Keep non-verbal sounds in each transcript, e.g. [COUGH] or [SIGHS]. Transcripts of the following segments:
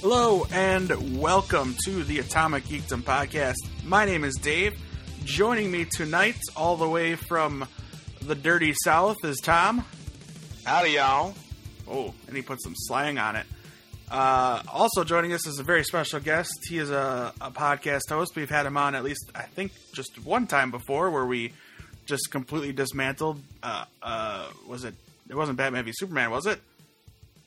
Hello and welcome to the Atomic Geekdom podcast. My name is Dave. Joining me tonight, all the way from the dirty South, is Tom. Howdy, y'all. Oh, and he put some slang on it. Uh, also joining us is a very special guest. He is a, a podcast host. We've had him on at least, I think, just one time before, where we just completely dismantled. Uh, uh, was it? It wasn't Batman v Superman, was it?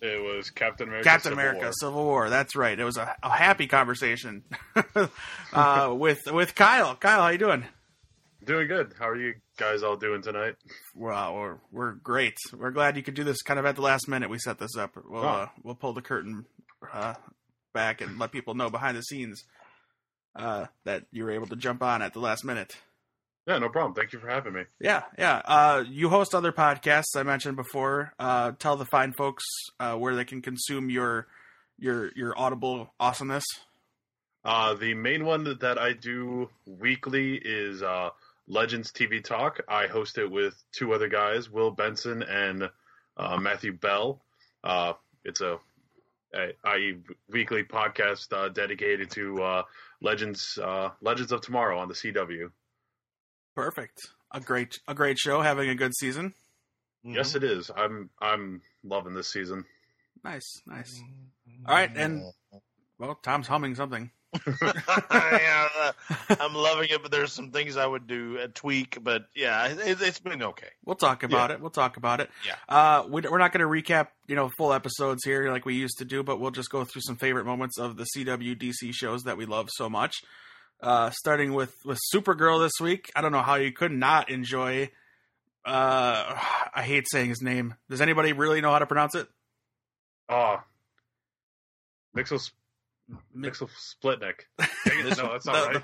It was Captain America. Captain Civil America: War. Civil War. That's right. It was a, a happy conversation [LAUGHS] uh, with with Kyle. Kyle, how you doing? Doing good. How are you guys all doing tonight? Well, we're we're great. We're glad you could do this kind of at the last minute. We set this up. We'll Oh. uh, we'll pull the curtain uh, back and let people know behind the scenes uh, that you were able to jump on at the last minute. Yeah, no problem. Thank you for having me. Yeah, yeah. Uh, you host other podcasts I mentioned before. Uh, tell the fine folks uh, where they can consume your your your audible awesomeness. Uh, the main one that- that I do weekly is uh, Legends TV Talk. I host it with two other guys, Will Benson and uh, Matthew Bell. Uh, it's a, a i.e. weekly podcast uh, dedicated to uh, Legends uh, Legends of Tomorrow on the CW. Perfect. A great a great show, having a good season. Mm-hmm. Yes, it is. I'm I'm loving this season. Nice, nice. Mm-hmm. All right, and- Well, Tom's humming something. [LAUGHS] Yeah, I'm loving it, but there's some things I would do a tweak. But yeah, it, it's been okay. We'll talk about it. We'll talk about it. Yeah. Uh, we, we're not going to recap, you know, full episodes here like we used to do, but we'll just go through some favorite moments of the CW DC shows that we love so much. Uh, starting with with Supergirl this week. I don't know how you could not enjoy. Uh, [SIGHS] I hate saying his name. Does anybody really know how to pronounce it? Ah, Mixel Mi- Mixel Splitnik. [LAUGHS] Dang it, no, that's not The- right.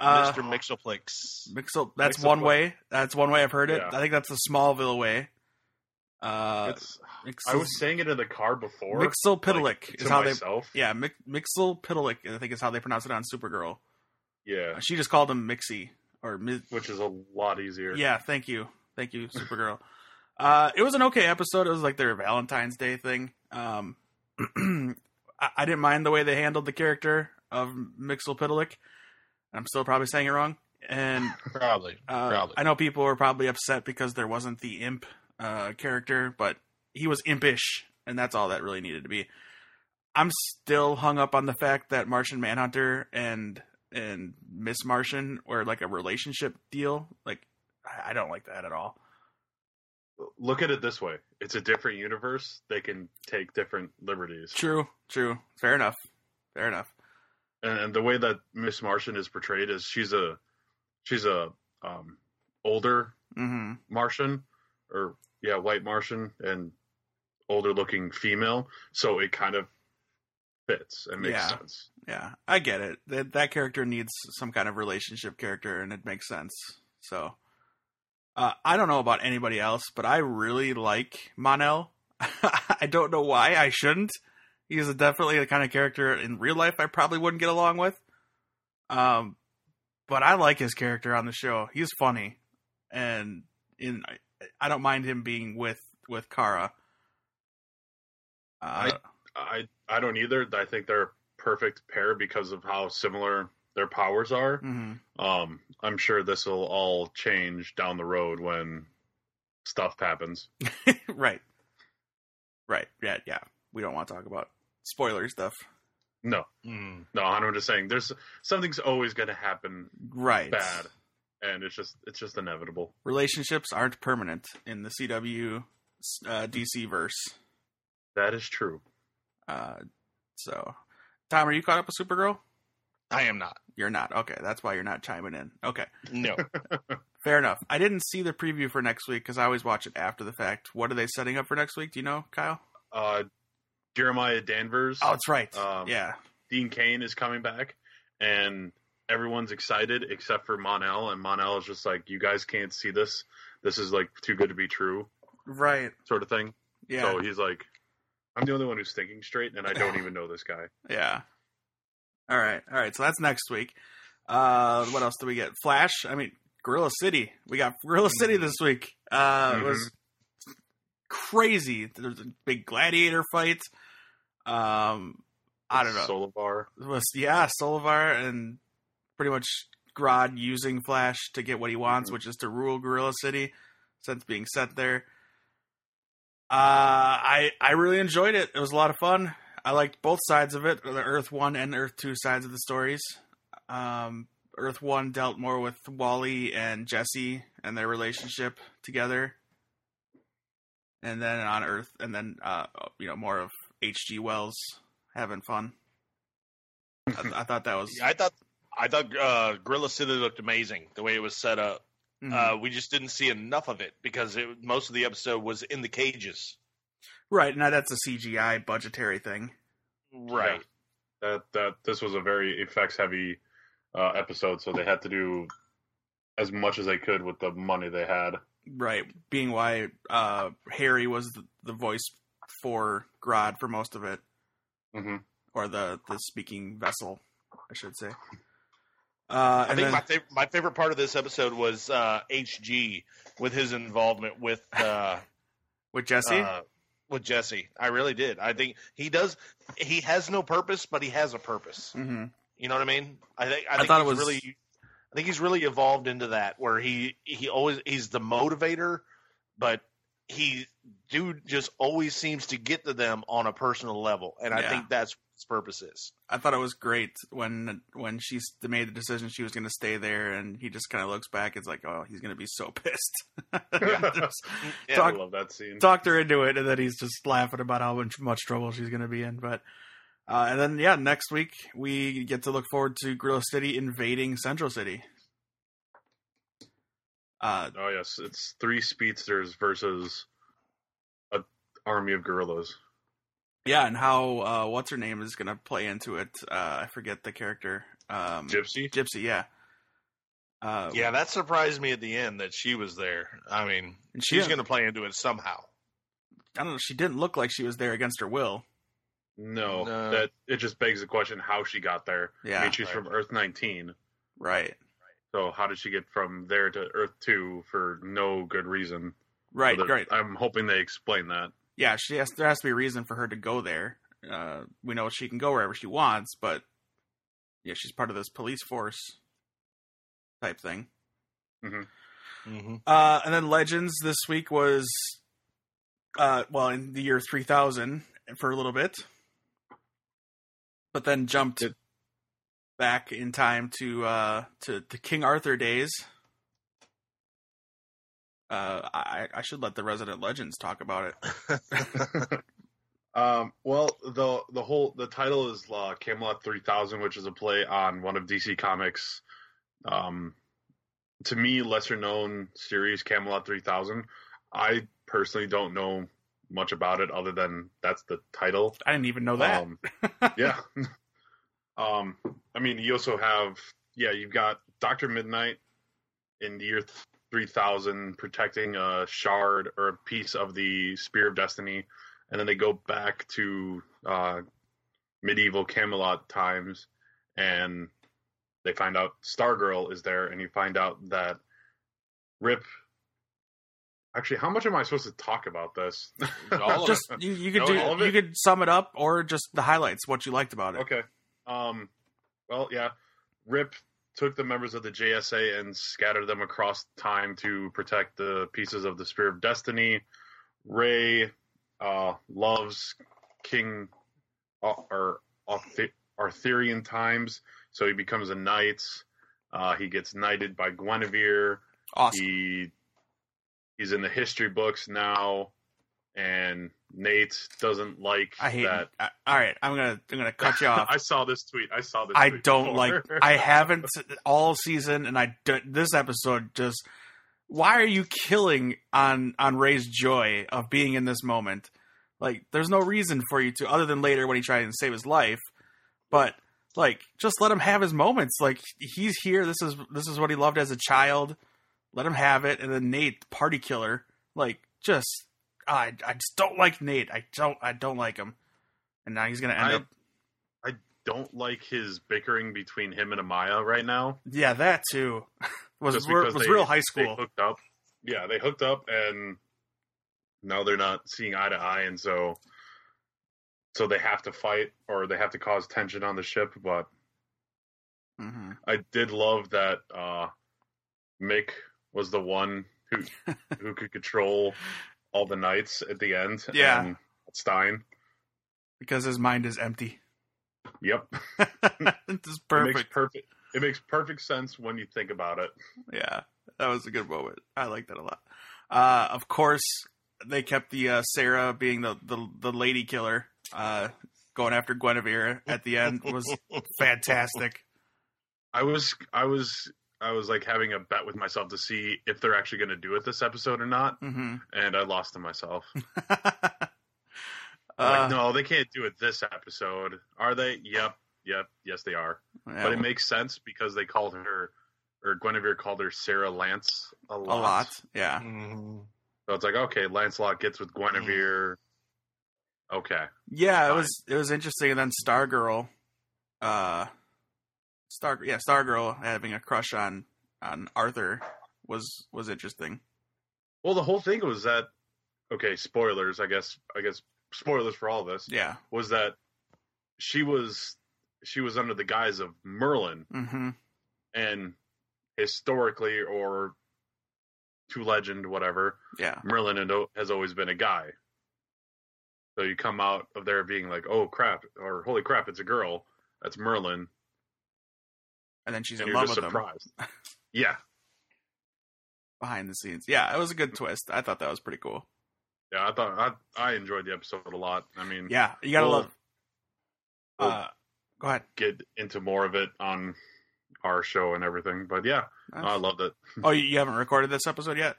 uh, Mr. Mixelplex. Mixel. That's Mixel- one way. That's one way I've heard it. Yeah. I think that's the Smallville way. Uh, It's, Mixel, I was saying it in the car before. Mixel Pitalik to is how they. myself. Yeah, Mix, Mixel Pitalik, I think is how they pronounce it on Supergirl. Yeah, She just called him Mixie or Mi- which is a lot easier. Yeah, thank you, thank you, Supergirl. [LAUGHS] uh, it was an okay episode. It was like their Valentine's Day thing. Um, [CLEARS THROAT] I, I didn't mind the way they handled the character of Mixel Pitalik. I'm still probably saying it wrong, and Probably. uh, Probably. I know people were probably upset because there wasn't the imp uh, character, but he was impish, and that's all that really needed to be. I'm still hung up on the fact that Martian Manhunter and and Miss Martian were like a relationship deal. Like, I- I don't like that at all. Look at it this way: it's a different universe. They can take different liberties, True, true, fair enough, fair enough. and, and the way that Miss Martian is portrayed is she's a she's a um, older hmm Martian, or yeah, white Martian, and older looking female. So it kind of fits and makes Yeah. sense. Yeah, I get it. That that character needs some kind of relationship character, and it makes sense. So, uh, I don't know about anybody else, but I really like Monel. [LAUGHS] I don't know why I shouldn't. He's definitely the kind of character in real life I probably wouldn't get along with. Um, but I like his character on the show. He's funny, and in I, I don't mind him being with with Kara. Uh, I I don't either. I think they're a perfect pair because of how similar their powers are. mhm. Um, I'm sure this will all change down the road when stuff happens. right. Right. Yeah. Yeah. We don't want to talk about spoiler stuff. No, Mm. no, I'm just saying there's something's always going to happen Right. bad, and it's just it's just inevitable. Relationships aren't permanent in the CW uh, DC verse. That is true. Uh, so, Tom, are you caught up with Supergirl? I am not. You're not. Okay. That's why you're not chiming in. Okay. No. Fair enough. I didn't see the preview for next week because I always watch it after the fact. What are they setting up for next week? Do you know, Kyle? Uh, Jeremiah Danvers, Oh, that's right. Um, yeah. Dean Kane is coming back, and everyone's excited except for Monel, and Monel is just like, "You guys can't see this. This is like too good to be true," Right. sort of thing. Yeah. So he's like, I'm the only one who's thinking straight, and I don't even know this guy. Yeah. All right. All right. So that's next week. Uh, what else do we get? Flash. I mean, Gorilla City. We got Gorilla City this week. Uh, It was crazy. There's a big gladiator fight. Um, I don't know. Solovar. It was yeah, Solovar and pretty much Grodd using Flash to get what he wants, Mm-hmm. Mhm. which is to rule Gorilla City since being set there. Uh, I I really enjoyed it. It was a lot of fun. I liked both sides of it, the Earth One and Earth Two sides of the stories. Um, Earth One dealt more with Wally and Jesse and their relationship together, and then on Earth, and then uh, you know more of H.G. Wells having fun. I, I thought that was [LAUGHS] Yeah, I thought I thought uh, Gorilla City looked amazing the way it was set up. mhm. Uh, we just didn't see enough of it because it, most of the episode was in the cages. Right now, that's a CGI budgetary thing. Right. That that this was a very effects heavy uh, episode, so they had to do as much as they could with the money they had. Right, being why uh, Harry was the, the voice for Grodd for most of it, Mm-hmm. or the the speaking vessel, I should say. Uh, I and think then, my, fav- my favorite part of this episode was uh, HG with his involvement with uh, with Jesse, uh, with Jesse. I really did. I think he does. He has no purpose, but he has a purpose. hmm You know what I mean? I think I, think thought it he's was- really. I think he's really evolved into that where he he always he's the motivator, but he dude just always seems to get to them on a personal level, and I Yeah. think that's what his purpose is. I thought it was great when when she s- made the decision she was going to stay there, and he just kind of looks back. It's like, oh, he's going to be so [LAUGHS] pissed. Just [LAUGHS] Yeah, talk I love that scene. talked her into it, and then he's just laughing about how much, much trouble she's going to be in. But uh, and then yeah, next week we get to look forward to Gorilla City invading Central City. Uh, Oh yes, it's three speedsters versus a army of gorillas. yeah, and how uh, what's her name is going to play into it? Uh, I forget the character. Um, Gypsy. Gypsy, yeah. Uh, Yeah, that surprised me at the end that she was there. I mean, and she, she's going to play into it somehow. I don't know. She didn't look like she was there against her will. No, No. that it just begs the question how she got there. I Yeah, mean, she's Right. from Earth 19, right, so how did she get from there to Earth 2 for no good reason? right, So that- right. I'm hoping they explain that. yeah, she has there has to be a reason for her to go there. Uh, we know she can go wherever she wants, but yeah, she's part of this police force type thing. [LAUGHS] Mm-hmm. Uh, and then Legends this week was, uh, well, in the year three thousand for a little bit, but then jumped It- back in time to uh, to the King Arthur days. Uh, I I should let the resident legends talk about it. Um, well, the the whole the title is uh, Camelot 3000, which is a play on one of DC Comics' um, to me lesser known series, Camelot 3000. I personally don't know much about it other than that's the title. I didn't even know that. Um, yeah. [LAUGHS] um, I mean, you also have yeah, you've got Doctor Midnight in the year three thousand protecting a shard or a piece of the Spear of Destiny, and then they go back to uh, medieval Camelot times, and they find out Stargirl is there, and you find out that Rip. Actually, how much am I supposed to talk about this? All of it. just you, you could No, all of do you it? could sum it up or just the highlights what you liked about it Okay. Um. Well, yeah. Rip took the members of the JSA and scattered them across time to protect the pieces of the Spear of Destiny. Ray uh, loves King uh, or Arth- Arthurian times, so he becomes a knight. Uh, he gets knighted by Guinevere. awesome He he's in the history books now, and Nate doesn't like i hate that. I- all right i'm gonna i'm gonna cut you off [LAUGHS] I saw this tweet. I saw this. i tweet don't like before. [LAUGHS] i haven't all season and i don't, this episode just why are you killing on on ray's joy of being in this moment like there's no reason for you to other than later when he tried and save his life but like just let him have his moments like he's here this is this is what he loved as a child let him have it and then nate party killer like just i i just don't like nate i don't i don't like him and now he's gonna end I- up don't like his bickering between him and Amaya right now. yeah that too [LAUGHS] was Just was because they- real high They school hooked up. Yeah, they hooked up, and now they're not seeing eye to eye, and so so they have to fight or they have to cause tension on the ship. But hmm I did love that uh, Mick was the one [LAUGHS] who who could control all the knights at the end. Yeah. and Stein. Because his mind is empty. [LAUGHS] Yep, this is It makes perfect. perfect. It makes perfect sense when you think about it. Yeah, that was a good moment. I liked that a lot. Uh, of course, they kept the uh, Sarah being the, the the lady killer, uh, going after Guinevere at the end [LAUGHS] was fantastic. I was I was I was like having a bet with myself to see if they're actually going to do it this episode or not, [LAUGHS] hmm and I lost to myself. Uh, like, no, they can't do it this episode. Are they? Yep, yep, yes, they are. yeah, but it makes sense because they called her, or Guinevere called her Sarah Lance a a lot. lot. Yeah, Mm-hmm. So it's like, okay, Lancelot gets with Guinevere. Mm. Okay, yeah. It Fine. was it was interesting. And then Stargirl, uh, Star yeah, Stargirl having a crush on on Arthur was was interesting. well, the whole thing was that. Okay, spoilers. I guess. I guess spoilers for all this Yeah. was that she was she was under the guise of Merlin, hmm and historically or to legend, whatever, Yeah. Merlin had o- has always been a guy. So you come out of there being like, oh crap, or holy crap, it's a girl. That's Merlin. And then she's and in you're love just with him. [LAUGHS] surprised. yeah, behind the scenes. Yeah, it was a good twist. I thought that was pretty cool. yeah, I thought I, I enjoyed the episode a lot. I mean, Yeah, you gotta Well, love. Uh, go ahead. get into more of it on our show and everything. But yeah, I loved it. oh, you, you haven't recorded this episode yet?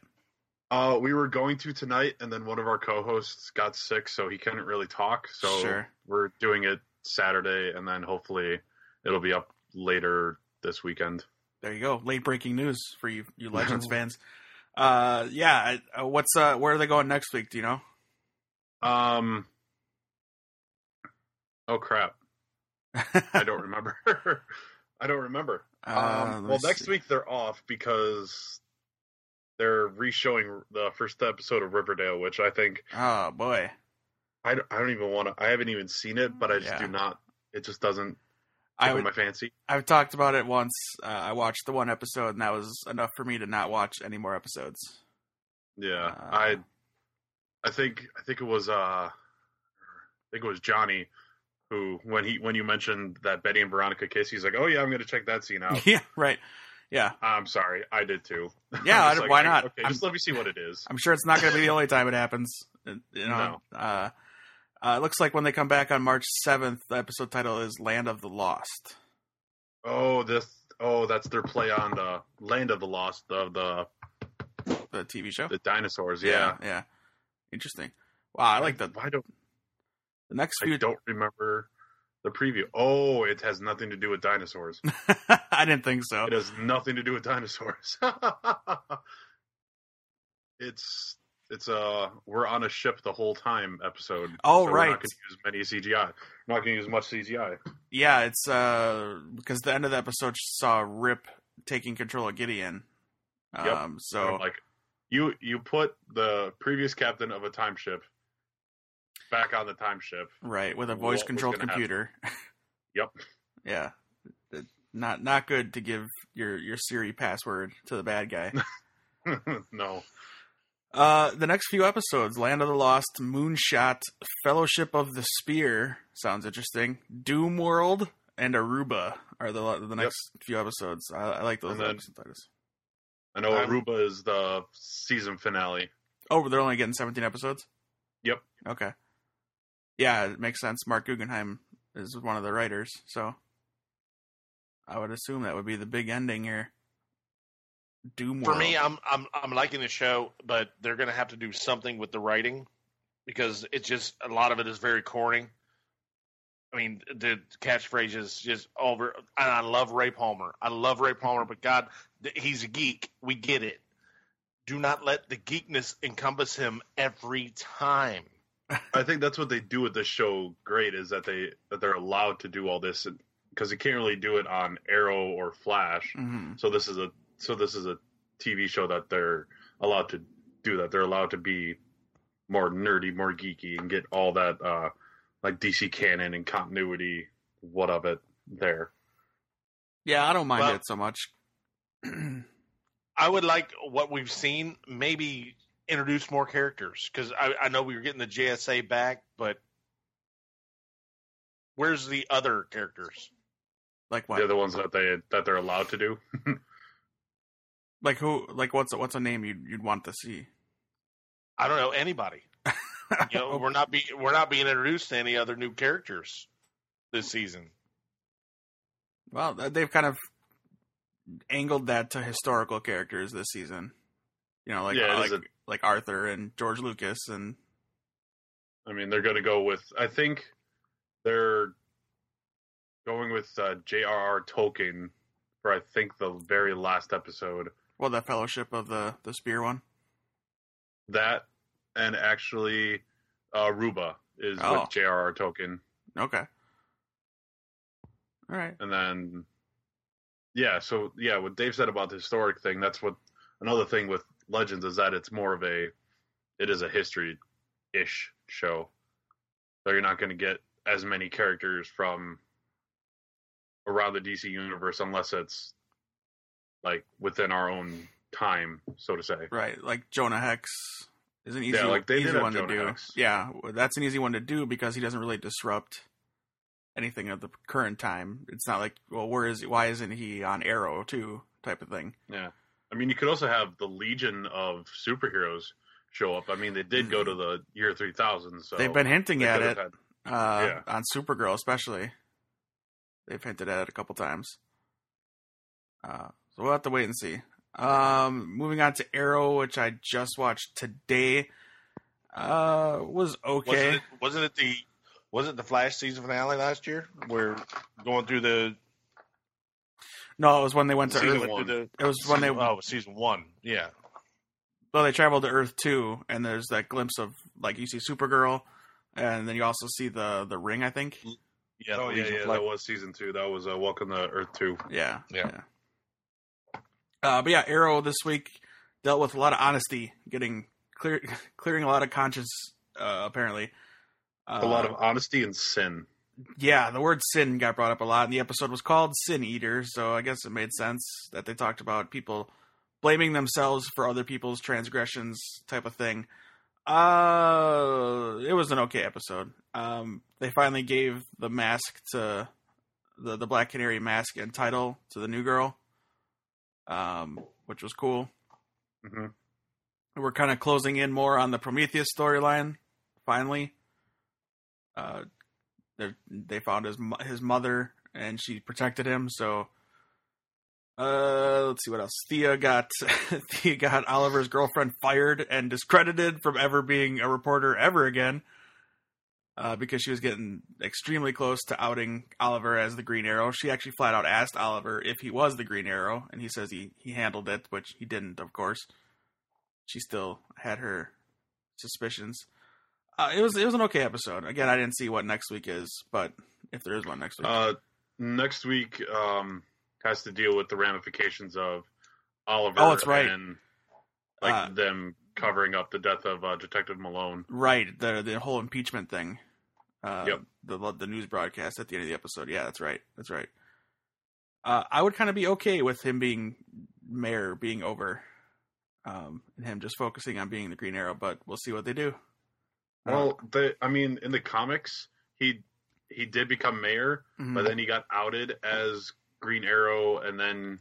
Uh, we were going to tonight, and then one of our co-hosts got sick, so he couldn't really talk. So sure. we're doing it Saturday, and then hopefully it'll be up later this weekend. There you go. Late breaking news for you, you [LAUGHS] Legends fans. Uh, yeah. I- uh, What's uh? Where are they going next week? Do you know? Um. Oh crap! [LAUGHS] I don't remember. [LAUGHS] I don't remember. Uh, Um, well, next week they're off because they're re-showing the first episode of Riverdale, which I think Oh boy. I don't, I don't even want to. I haven't even seen it, but I just Yeah. do not. It just doesn't I would, tickle my fancy. I've talked about it once. Uh, I watched the one episode, and that was enough for me to not watch any more episodes. Yeah, Uh, I I think I think it was uh I think it was Johnny who when he when you mentioned that Betty and Veronica kiss, he's like, "Oh yeah, I'm going to check that scene [LAUGHS] out." yeah. Right. [LAUGHS] Yeah. I'm sorry, I did too. [LAUGHS] Yeah, I was I- why I- not? Okay, I'm- just let me see what it is. I'm sure it's not going to be the only time it happens. You know, uh, uh, it looks like when they come back on March 7th, the episode title is "Land of the Lost." Oh, this oh, that's their play on the Land of the Lost of the The TV show. the dinosaurs. yeah, Yeah, yeah. Interesting. Wow, I like the Why don't the next I few. don't remember the preview? Oh, it has nothing to do with dinosaurs. [LAUGHS] I didn't think so. It has nothing to do with dinosaurs. [LAUGHS] it's it's uh we're on a ship the whole time episode. Oh, We're right. not gonna use many CGI. We're not gonna use much CGI. Yeah, it's uh because the end of the episode saw Rip taking control of Gideon. Um, Yep. So I'm like you you put the previous captain of a time ship back on the time ship. [LAUGHS] right with a What was voice controlled gonna happen? computer. [LAUGHS] Yep. yeah. It- Not not good to give your your Siri password to the bad [LAUGHS] guy. no. Uh, the next few episodes: Land of the Lost, Moonshot, Fellowship of the Spear. Sounds interesting. Doom World and Aruba are the the next few episodes. I, I like those And then- episode titles. I know I'm- Aruba is the season finale. Oh, they're only getting seventeen episodes. Yep. Okay. Yeah, it makes sense. Mark Guggenheim is one of the writers, so I would assume that would be the big ending here. Doom For World. me, I'm I'm I'm liking the show, but they're gonna have to do something with the writing because it's just a lot of it is very corny. I mean, the catchphrase is just over. And I love Ray Palmer. I love Ray Palmer, but God, th- he's a geek. We get it. Do not let the geekness encompass him every time. I think that's what they do with the show. Great is that they that they're allowed to do all this because you can't really do it on Arrow or Flash. Mhm. So this is a so this is a TV show that they're allowed to do that. They're allowed to be more nerdy, more geeky, and get all that uh, like DC canon and continuity, what of it there. Yeah, I don't mind Well- it so much. [CLEARS THROAT] I would like what we've seen, maybe introduce more characters because I, I know we were getting the JSA back, but where's the other characters? like They're what? the ones that they that they're allowed to do. Like who? Like what's what's a name you'd you'd want to see? [LAUGHS] I don't know anybody. You [LAUGHS] Oh, know, we're not be we're not being introduced to any other new characters this season. Well, th- they've kind of angled that to historical characters this season. You know, like uh, Yeah, it like, is like Arthur and George Lucas and I mean, they're going to go with. I think they're going with uh, J.R.R. Tolkien for I think the very last episode. well, the Fellowship of the the Spear one. That and actually, uh, Ruba is Oh. with J.R.R. Tolkien, Okay. All right. and then yeah. So yeah, what Dave said about the historic thing. That's what another thing with Legends is that it's more of a it is a history ish show. So you're not going to get as many characters from around the DC universe unless it's like within our own time, so to say. Right, like Jonah Hex is an easy, Yeah, like, they did easy have one to Jonah do. Hex. Yeah, well, that's an easy one to do because he doesn't really disrupt anything of the current time. It's not like, well, where is why isn't he on Arrow too type of thing. I mean, you could also have the Legion of superheroes show up. I mean, they did go to the year 3000, so They've been hinting they at could it have had- uh, Yeah. on Supergirl, especially. They've hinted at it a couple times. Uh, so we'll have to wait and see. Um, moving on to Arrow, which I just watched today, uh, was okay. Wasn't it, wasn't it the wasn't the Flash season finale last year? We're going through the No, it was when they went to Season Earth. went through one. the- It was when they oh season one. Yeah, well they travel to Earth two, and there's that glimpse of like you see Supergirl, and then you also see the the ring. I think. yeah, the Oh, yeah, Legion yeah, of Flash. that was season two. That was uh, Welcome to Earth 2. Yeah. Yeah. Uh, but yeah, Arrow this week dealt with a lot of honesty, getting clear, [LAUGHS] clearing a lot of conscience. Uh, apparently, uh, A lot of honesty and sin. yeah. The word sin got brought up a lot, and the episode was called "Sin Eater," so I guess it made sense that they talked about people blaming themselves for other people's transgressions, type of thing. Uh, it was an okay episode. Um, they finally gave the mask to the the Black Canary mask and title to the new girl, um, which was cool. hmm We're kind of closing in more on the Prometheus storyline. Finally, uh, they they found his mo- his mother and she protected him. So, uh, let's see what else. Thea got [LAUGHS] Thea got Oliver's girlfriend fired and discredited from ever being a reporter ever again. Uh, because she was getting extremely close to outing Oliver as the Green Arrow. She actually flat out asked Oliver if he was the Green Arrow, and he says he, he handled it, which he didn't, of course. She still had her suspicions. Uh, it was it was an okay episode. Again, I didn't see what next week is, but if there is one next week, Uh, next week um, has to deal with the ramifications of Oliver. Oh, that's right. And like Uh, them covering up the death of uh, Detective Malone. Right, the the whole impeachment thing. Uh, Yep. The the news broadcast at the end of the episode. Yeah, that's right. That's right. Uh, I would kind of be okay with him being mayor being over, um, and him just focusing on being the Green Arrow. But we'll see what they do. I don't- Well, the I mean, in the comics, he he did become mayor, Mhm. but then he got outed as Green Arrow, and then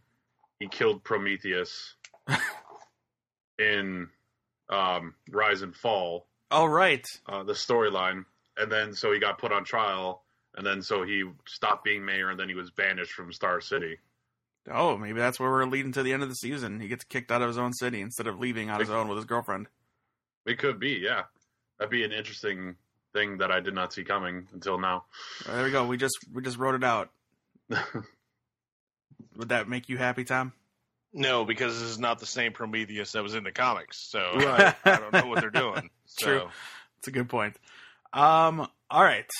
he [LAUGHS] killed Prometheus in um, Rise and Fall. all right. uh, the storyline, and then so he got put on trial, and then so he stopped being mayor, and then he was banished from Star City. Oh, maybe that's where we're leading to the end of the season. He gets kicked out of his own city instead of leaving on his own with his girlfriend. It could be, yeah, that'd be an interesting thing that I did not see coming until now. Uh, there we go. We just we just wrote it [LAUGHS] out. Would that make you happy, Tom? No, because this is not the same Prometheus that was in the comics. So Right. [LAUGHS] I don't know what [LAUGHS] they're doing. So, True. It's a good point. Um, all right.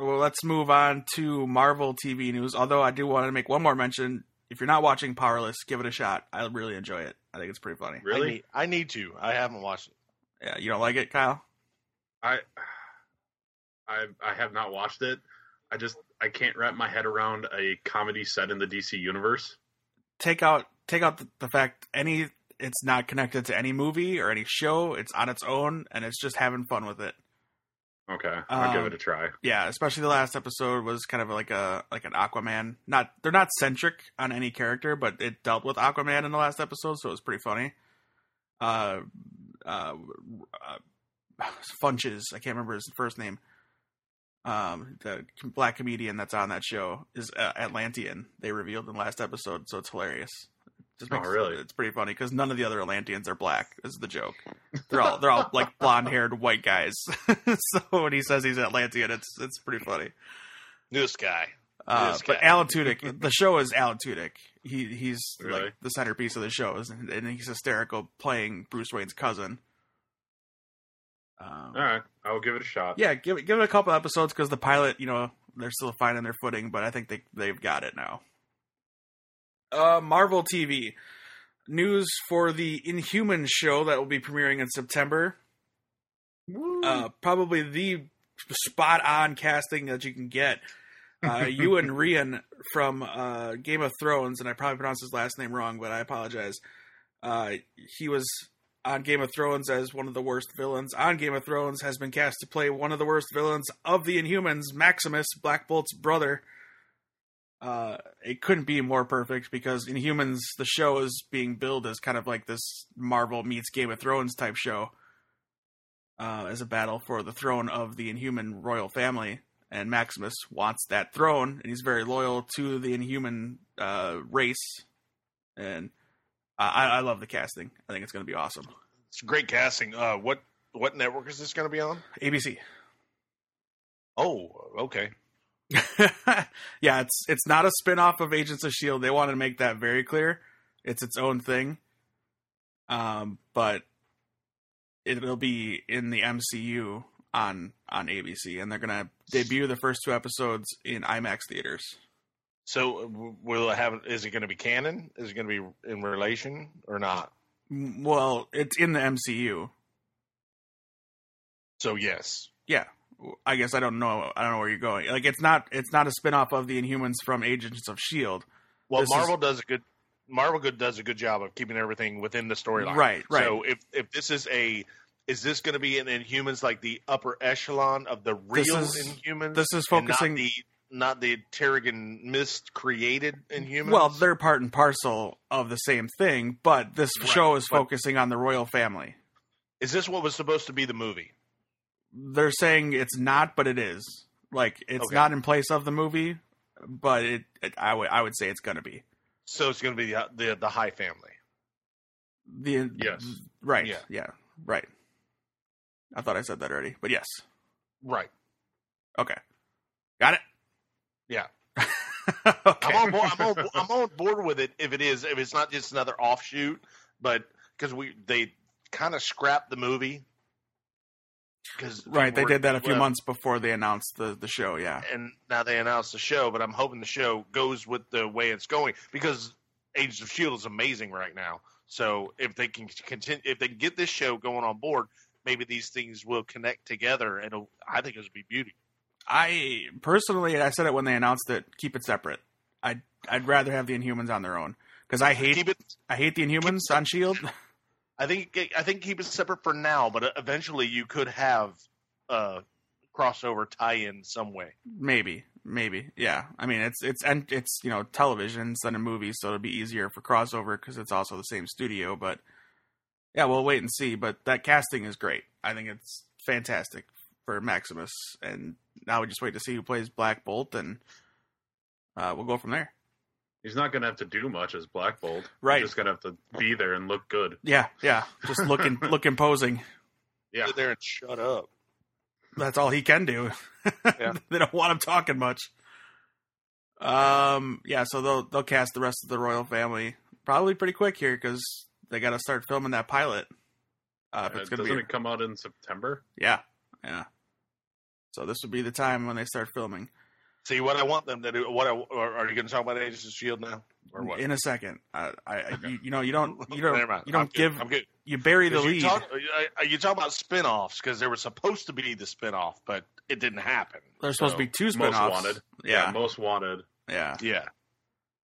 Well, let's move on to Marvel TV news. Although I do want to make one more mention. If you're not watching Powerless, give it a shot. I really enjoy it. I think it's pretty funny. I really, need, I need to. I haven't watched it. Yeah, you don't like it, Kyle? I. [SIGHS] I I have not watched it. I just I can't wrap my head around a comedy set in the DC universe. Take out take out the, the fact any it's not connected to any movie or any show. It's on its own and it's just having fun with it. Okay, I'll give Um, it a try. yeah, especially the last episode was kind of like a like an Aquaman. Not they're not centric on any character, but it dealt with Aquaman in the last episode, so it was pretty funny. Uh, uh, uh Funches, I can't remember his first name. Um, the black comedian that's on that show is uh, Atlantean. They revealed in the last episode, so it's hilarious. Just Oh, really? It's pretty funny because none of the other Atlanteans are black. Is the joke? They're all they're all like blonde haired white guys. [LAUGHS] so when he says he's Atlantean, it's it's pretty funny. This guy. Uh, This but guy. Alan Tudyk, the show is Alan Tudyk. He he's Really? like the centerpiece of the show, is- and he's hysterical playing Bruce Wayne's cousin. Um, All right, I will give it a shot. Yeah, give it give it a couple episodes because the pilot, you know, they're still finding their footing, but I think they they've got it now. Uh, Marvel TV news for the Inhuman show that will be premiering in September. uh, probably the spot on casting that you can get. Uh, Ewan Rian from uh, Game of Thrones, and I probably pronounced his last name wrong, but I apologize. Uh, he was on Game of Thrones as one of the worst villains on Game of Thrones, has been cast to play one of the worst villains of the Inhumans, Maximus, Black Bolt's brother. Uh, it couldn't be more perfect because Inhumans, the show is being billed as kind of like this Marvel meets Game of Thrones type show uh, as a battle for the throne of the Inhuman royal family, and Maximus wants that throne, and he's very loyal to the Inhuman uh, race. And I, I love the casting. I think it's going to be awesome. It's great casting. Uh, what what network is this going to be on? ABC. Oh, okay. [LAUGHS] yeah, it's it's not a spin-off of Agents of Shield. E They want to make that very clear. It's its own thing. Um, but it'll be in the MCU on on ABC, and they're gonna debut the first two episodes in IMAX theaters. So uh, w- will it have? Is it going to be canon? Is it going to be in relation or not? M- Well, it's in the MCU. So yes. Yeah, I guess I don't know. I don't know where you're going. Like, it's not it's not a spin-off of the Inhumans from Agents of Shield. Well, This is- Marvel does a good Marvel good does a good job of keeping everything within the storyline. Right, right. So if if this is a is this going to be in Inhumans like the upper echelon of the real This is- Inhumans? This is and focusing. not the not the Terrigan mist created Inhumans. Well, they're part and parcel of the same thing, but this Right, show is but- focusing on the royal family. is this what was supposed to be the movie? They're saying it's not, but it is. Like it's Okay. not in place of the movie, but it, it I would I would say it's going to be. So it's going to be the, the the High family. The Yes. Right. Yeah. yeah. Right. I thought I said that already, but yes. [LAUGHS] Right. Okay. Got it? Yeah. okay. I'm on, board, [LAUGHS] I'm, on, I'm on board with it if it is if it's not just another offshoot, but because we they kind of scrapped the movie. Cause Right, they people did that a few were- months before they announced the, the show, yeah. and now they announced the show. But I'm hoping the show goes with the way it's going because Agents of Shield E is amazing right now. So if they can continue, if they can get this show going on board, maybe these things will connect together, and it'll, I think it'll be beauty. I personally, and I said it when they announced it, keep it separate. I'd I'd rather have the Inhumans on their own because I hate Keep it. I E hate the Inhumans on Shield. I think I think keep it separate for now, but eventually you could have a crossover tie-in some way. [LAUGHS] maybe, maybe, yeah. I mean, it's it's and it's you know television instead of movies, so it'll be easier for crossover because it's also the same studio. But yeah, we'll wait and see. But that casting is great. I think it's fantastic for Maximus, and now we just wait to see who plays Black Bolt, and uh, we'll go from there. He's not gonna have to do much as Black Bolt. He's Right. just gonna have to be there and look good. Yeah, yeah. Just look [LAUGHS] and look imposing. Yeah. Sit there and shut up. that's all he can do. Yeah. [LAUGHS] they don't want him talking much. Um, yeah, so they'll they'll cast the rest of the royal family probably pretty quick here because they got to start filming that pilot. Uh, if Uh, it's gonna doesn't be, it come out in September? yeah, yeah. So this would be the time when they start filming See what I want them to do. What I, are, are you going to talk about Agents of Shield E now, or what? in a second. Uh, I, I you, you know you [LAUGHS] don't you Never don't mind. you I'm don't good. give I'm good. you bury the Because lead. You talk, uh, you talk about spin-offs because there was supposed to be the spin-off, but it didn't happen. There's supposed So, to be two Most spinoffs. Wanted. Yeah, Most Wanted. yeah. Yeah,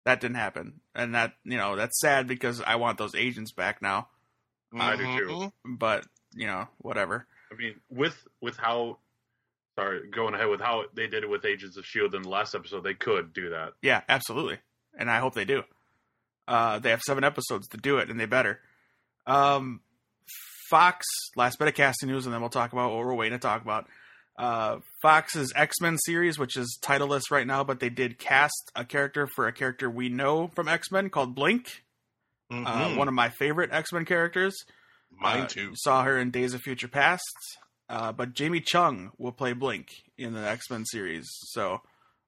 That didn't happen, and that you know that's sad because I want those agents back now. I do too. Mhm. Mm-hmm. But you know whatever. I mean, with with how sorry, going ahead with how they did it with Agents of Shield E in the last episode, they could do that. Yeah, absolutely. And I hope they do. Uh, they have seven episodes to do it, and they better. Um, Fox, last bit of casting news, and then we'll talk about what we're waiting to talk about. Uh, Fox's X Men series, which is titleless right now, but they did cast a character for a character we know from X Men called Blink, uh, Mhm. one of my favorite X Men characters. Mine Uh, too. Saw her in Days of Future Past. Uh, but Jamie Chung will play Blink in the X Men series, so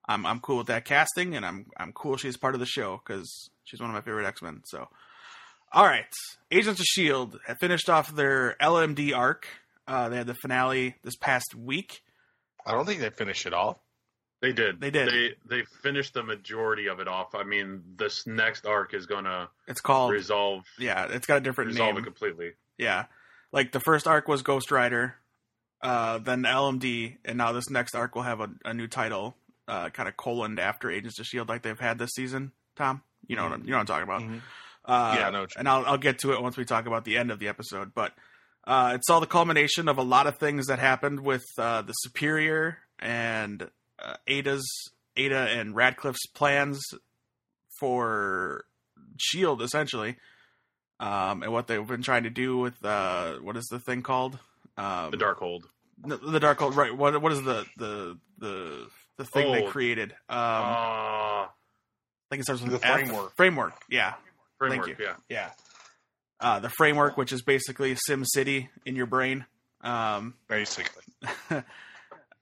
I'm I'm cool with that casting, and I'm I'm cool she's part of the show because she's one of my favorite X Men. So, all right, Agents of Shield E have finished off their LMD arc. Uh, they had the finale this past week. I don't think they finished it off. They did. They did. They they finished the majority of it off. I mean, this next arc is gonna It's called resolve yeah, it's got a different resolve name. it completely. Yeah. Like the first arc was Ghost Rider, uh, then LMD, and now this next arc will have a, a new title, uh, kind of colon after Agents of Shield, E like they've had this season. Tom, you know what I'm, you know what I'm talking about. Mhm. Uh, yeah, no. and I'll, I'll get to it once we talk about the end of the episode. But uh, it's all the culmination of a lot of things that happened with uh, the Superior and uh, Ada's Ada and Radcliffe's plans for Shield, E essentially, um, and what they've been trying to do with uh, what is the thing called um, The Darkhold. no, the dark Hold, right? What what is the the the the thing they Oh. created? Um, I Ah, think it starts with the an F. framework. Framework, yeah. framework. thank Yeah. [LAUGHS] Yeah. Uh, the framework, which is basically Sim City in your brain, um, Basically,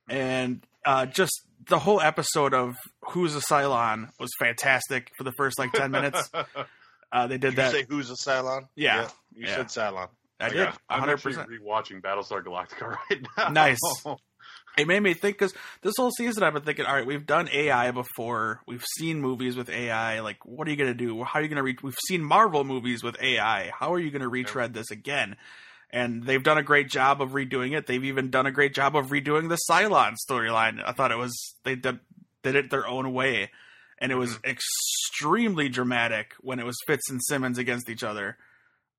and uh, just the whole episode of Who's a Cylon was fantastic for the first like ten [LAUGHS] minutes. Uh, they did Did you that. say who's a Cylon? Yeah. you Yeah. said Cylon. I did, Yeah. I'm hundred actually percent. rewatching Battlestar Galactica [LAUGHS] right now. Nice. It made me think because this whole season I've been thinking, all right, we've done AI before. We've seen movies with AI. Like, what are you going to do? How are you going to reach? We've seen Marvel movies with AI. How are you going to retread this again? And they've done a great job of redoing it. They've even done a great job of redoing the Cylon storyline. I thought it was they did, did it their own way, and it Mm-hmm. was extremely dramatic when it was Fitz and Simmons against each other.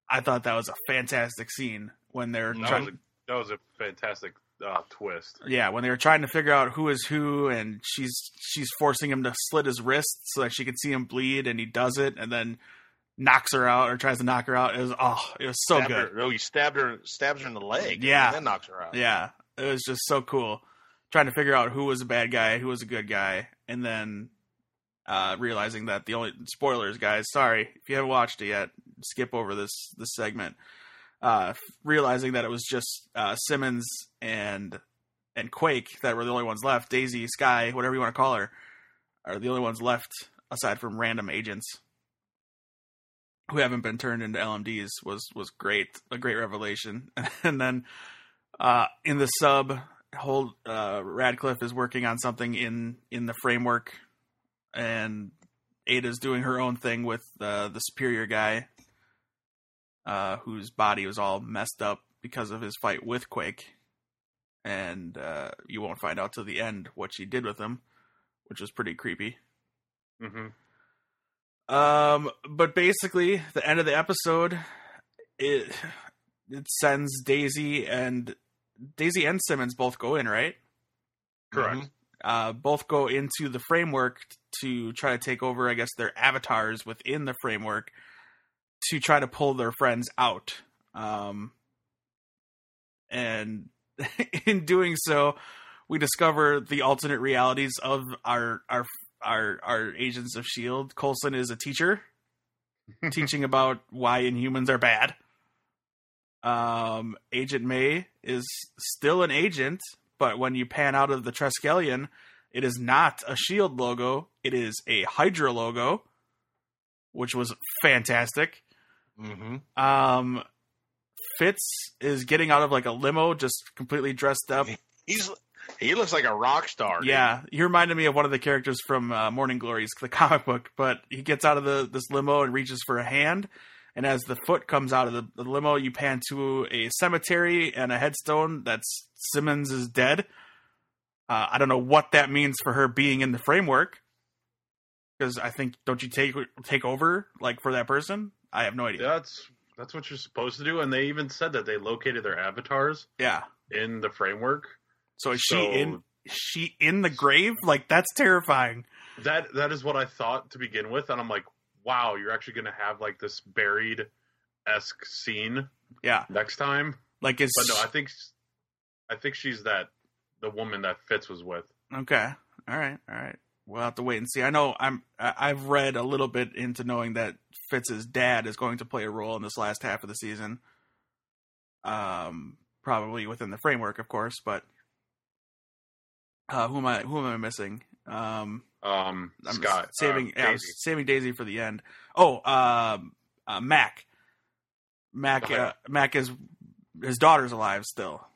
I thought that was a fantastic scene when they're That That trying was a, that was a fantastic uh, twist. yeah, when they were trying to figure out who is who, and she's she's forcing him to slit his wrist so that she can see him bleed, and he does it, and then knocks her out or tries to knock her out. It was oh, it was so Stabbed good. Her, oh, he stabbed her, stabs her in the leg. Yeah. and then knocks her out. Yeah, it was just so cool trying to figure out who was a bad guy, who was a good guy, and then uh, realizing that the only spoilers, guys. Sorry if you haven't watched it yet. Skip over this this segment. Uh, f- realizing that it was just uh, Simmons and and Quake that were the only ones left. Daisy, Sky, whatever you want to call her, are the only ones left aside from random agents who haven't been turned into LMDs was was great. A great revelation. [LAUGHS] And then uh, in the sub, hold uh, Radcliffe is working on something in in the framework, and Ada's doing her own thing with uh, the superior guy, uh, whose body was all messed up because of his fight with Quake, and uh, you won't find out till the end what she did with him, which was pretty creepy. hmm Um, but basically, the end of the episode, it it sends Daisy and Daisy and Simmons both go in, right? Correct. Mhm. Uh, both go into the framework to try to take over, I guess, their avatars within the framework to try to pull their friends out. Um, and [LAUGHS] in doing so, we discover the alternate realities of our our our our agents of Shield. Coulson is a teacher teaching about why Inhumans are bad. Um, Agent May is still an agent, but when you pan out of the Treskelion, it is not a Shield logo; it is a Hydra logo, which was fantastic. Mhm. Um, Fitz is getting out of like a limo, just completely dressed up. He's he looks like a rock star. dude. Yeah, he reminded me of one of the characters from uh, Morning Glories, the [LAUGHS] comic book. But he gets out of the this limo and reaches for a hand, and as the foot comes out of the, the limo, you pan to a cemetery and a headstone that's Simmons is dead, Uh, I don't know what that means for her being in the framework, because I think don't you take take over like for that person? I have no idea. That's that's what you're supposed to do, and they even said that they located their avatars Yeah. in the framework. So is So- she in? is She in the grave? Like that's terrifying. That that is what I thought to begin with, and I'm like, wow, you're actually going to have like this buried esque scene Yeah. next time. Like is But no, I think I think she's that the woman that Fitz was with. Okay. All right. All right. We'll have to wait and see. I know I'm. I- I've read a little bit into knowing that Fitz's dad is going to play a role in this last half of the season. Um, probably within the framework, of course. But uh, who am I? Who am I missing? Um, Um, I'm Scott saving uh, yeah, I was Daisy. saving Daisy for the end. Oh, um, uh, Mac. Mac. Okay. Uh, Mac is his daughter's alive still.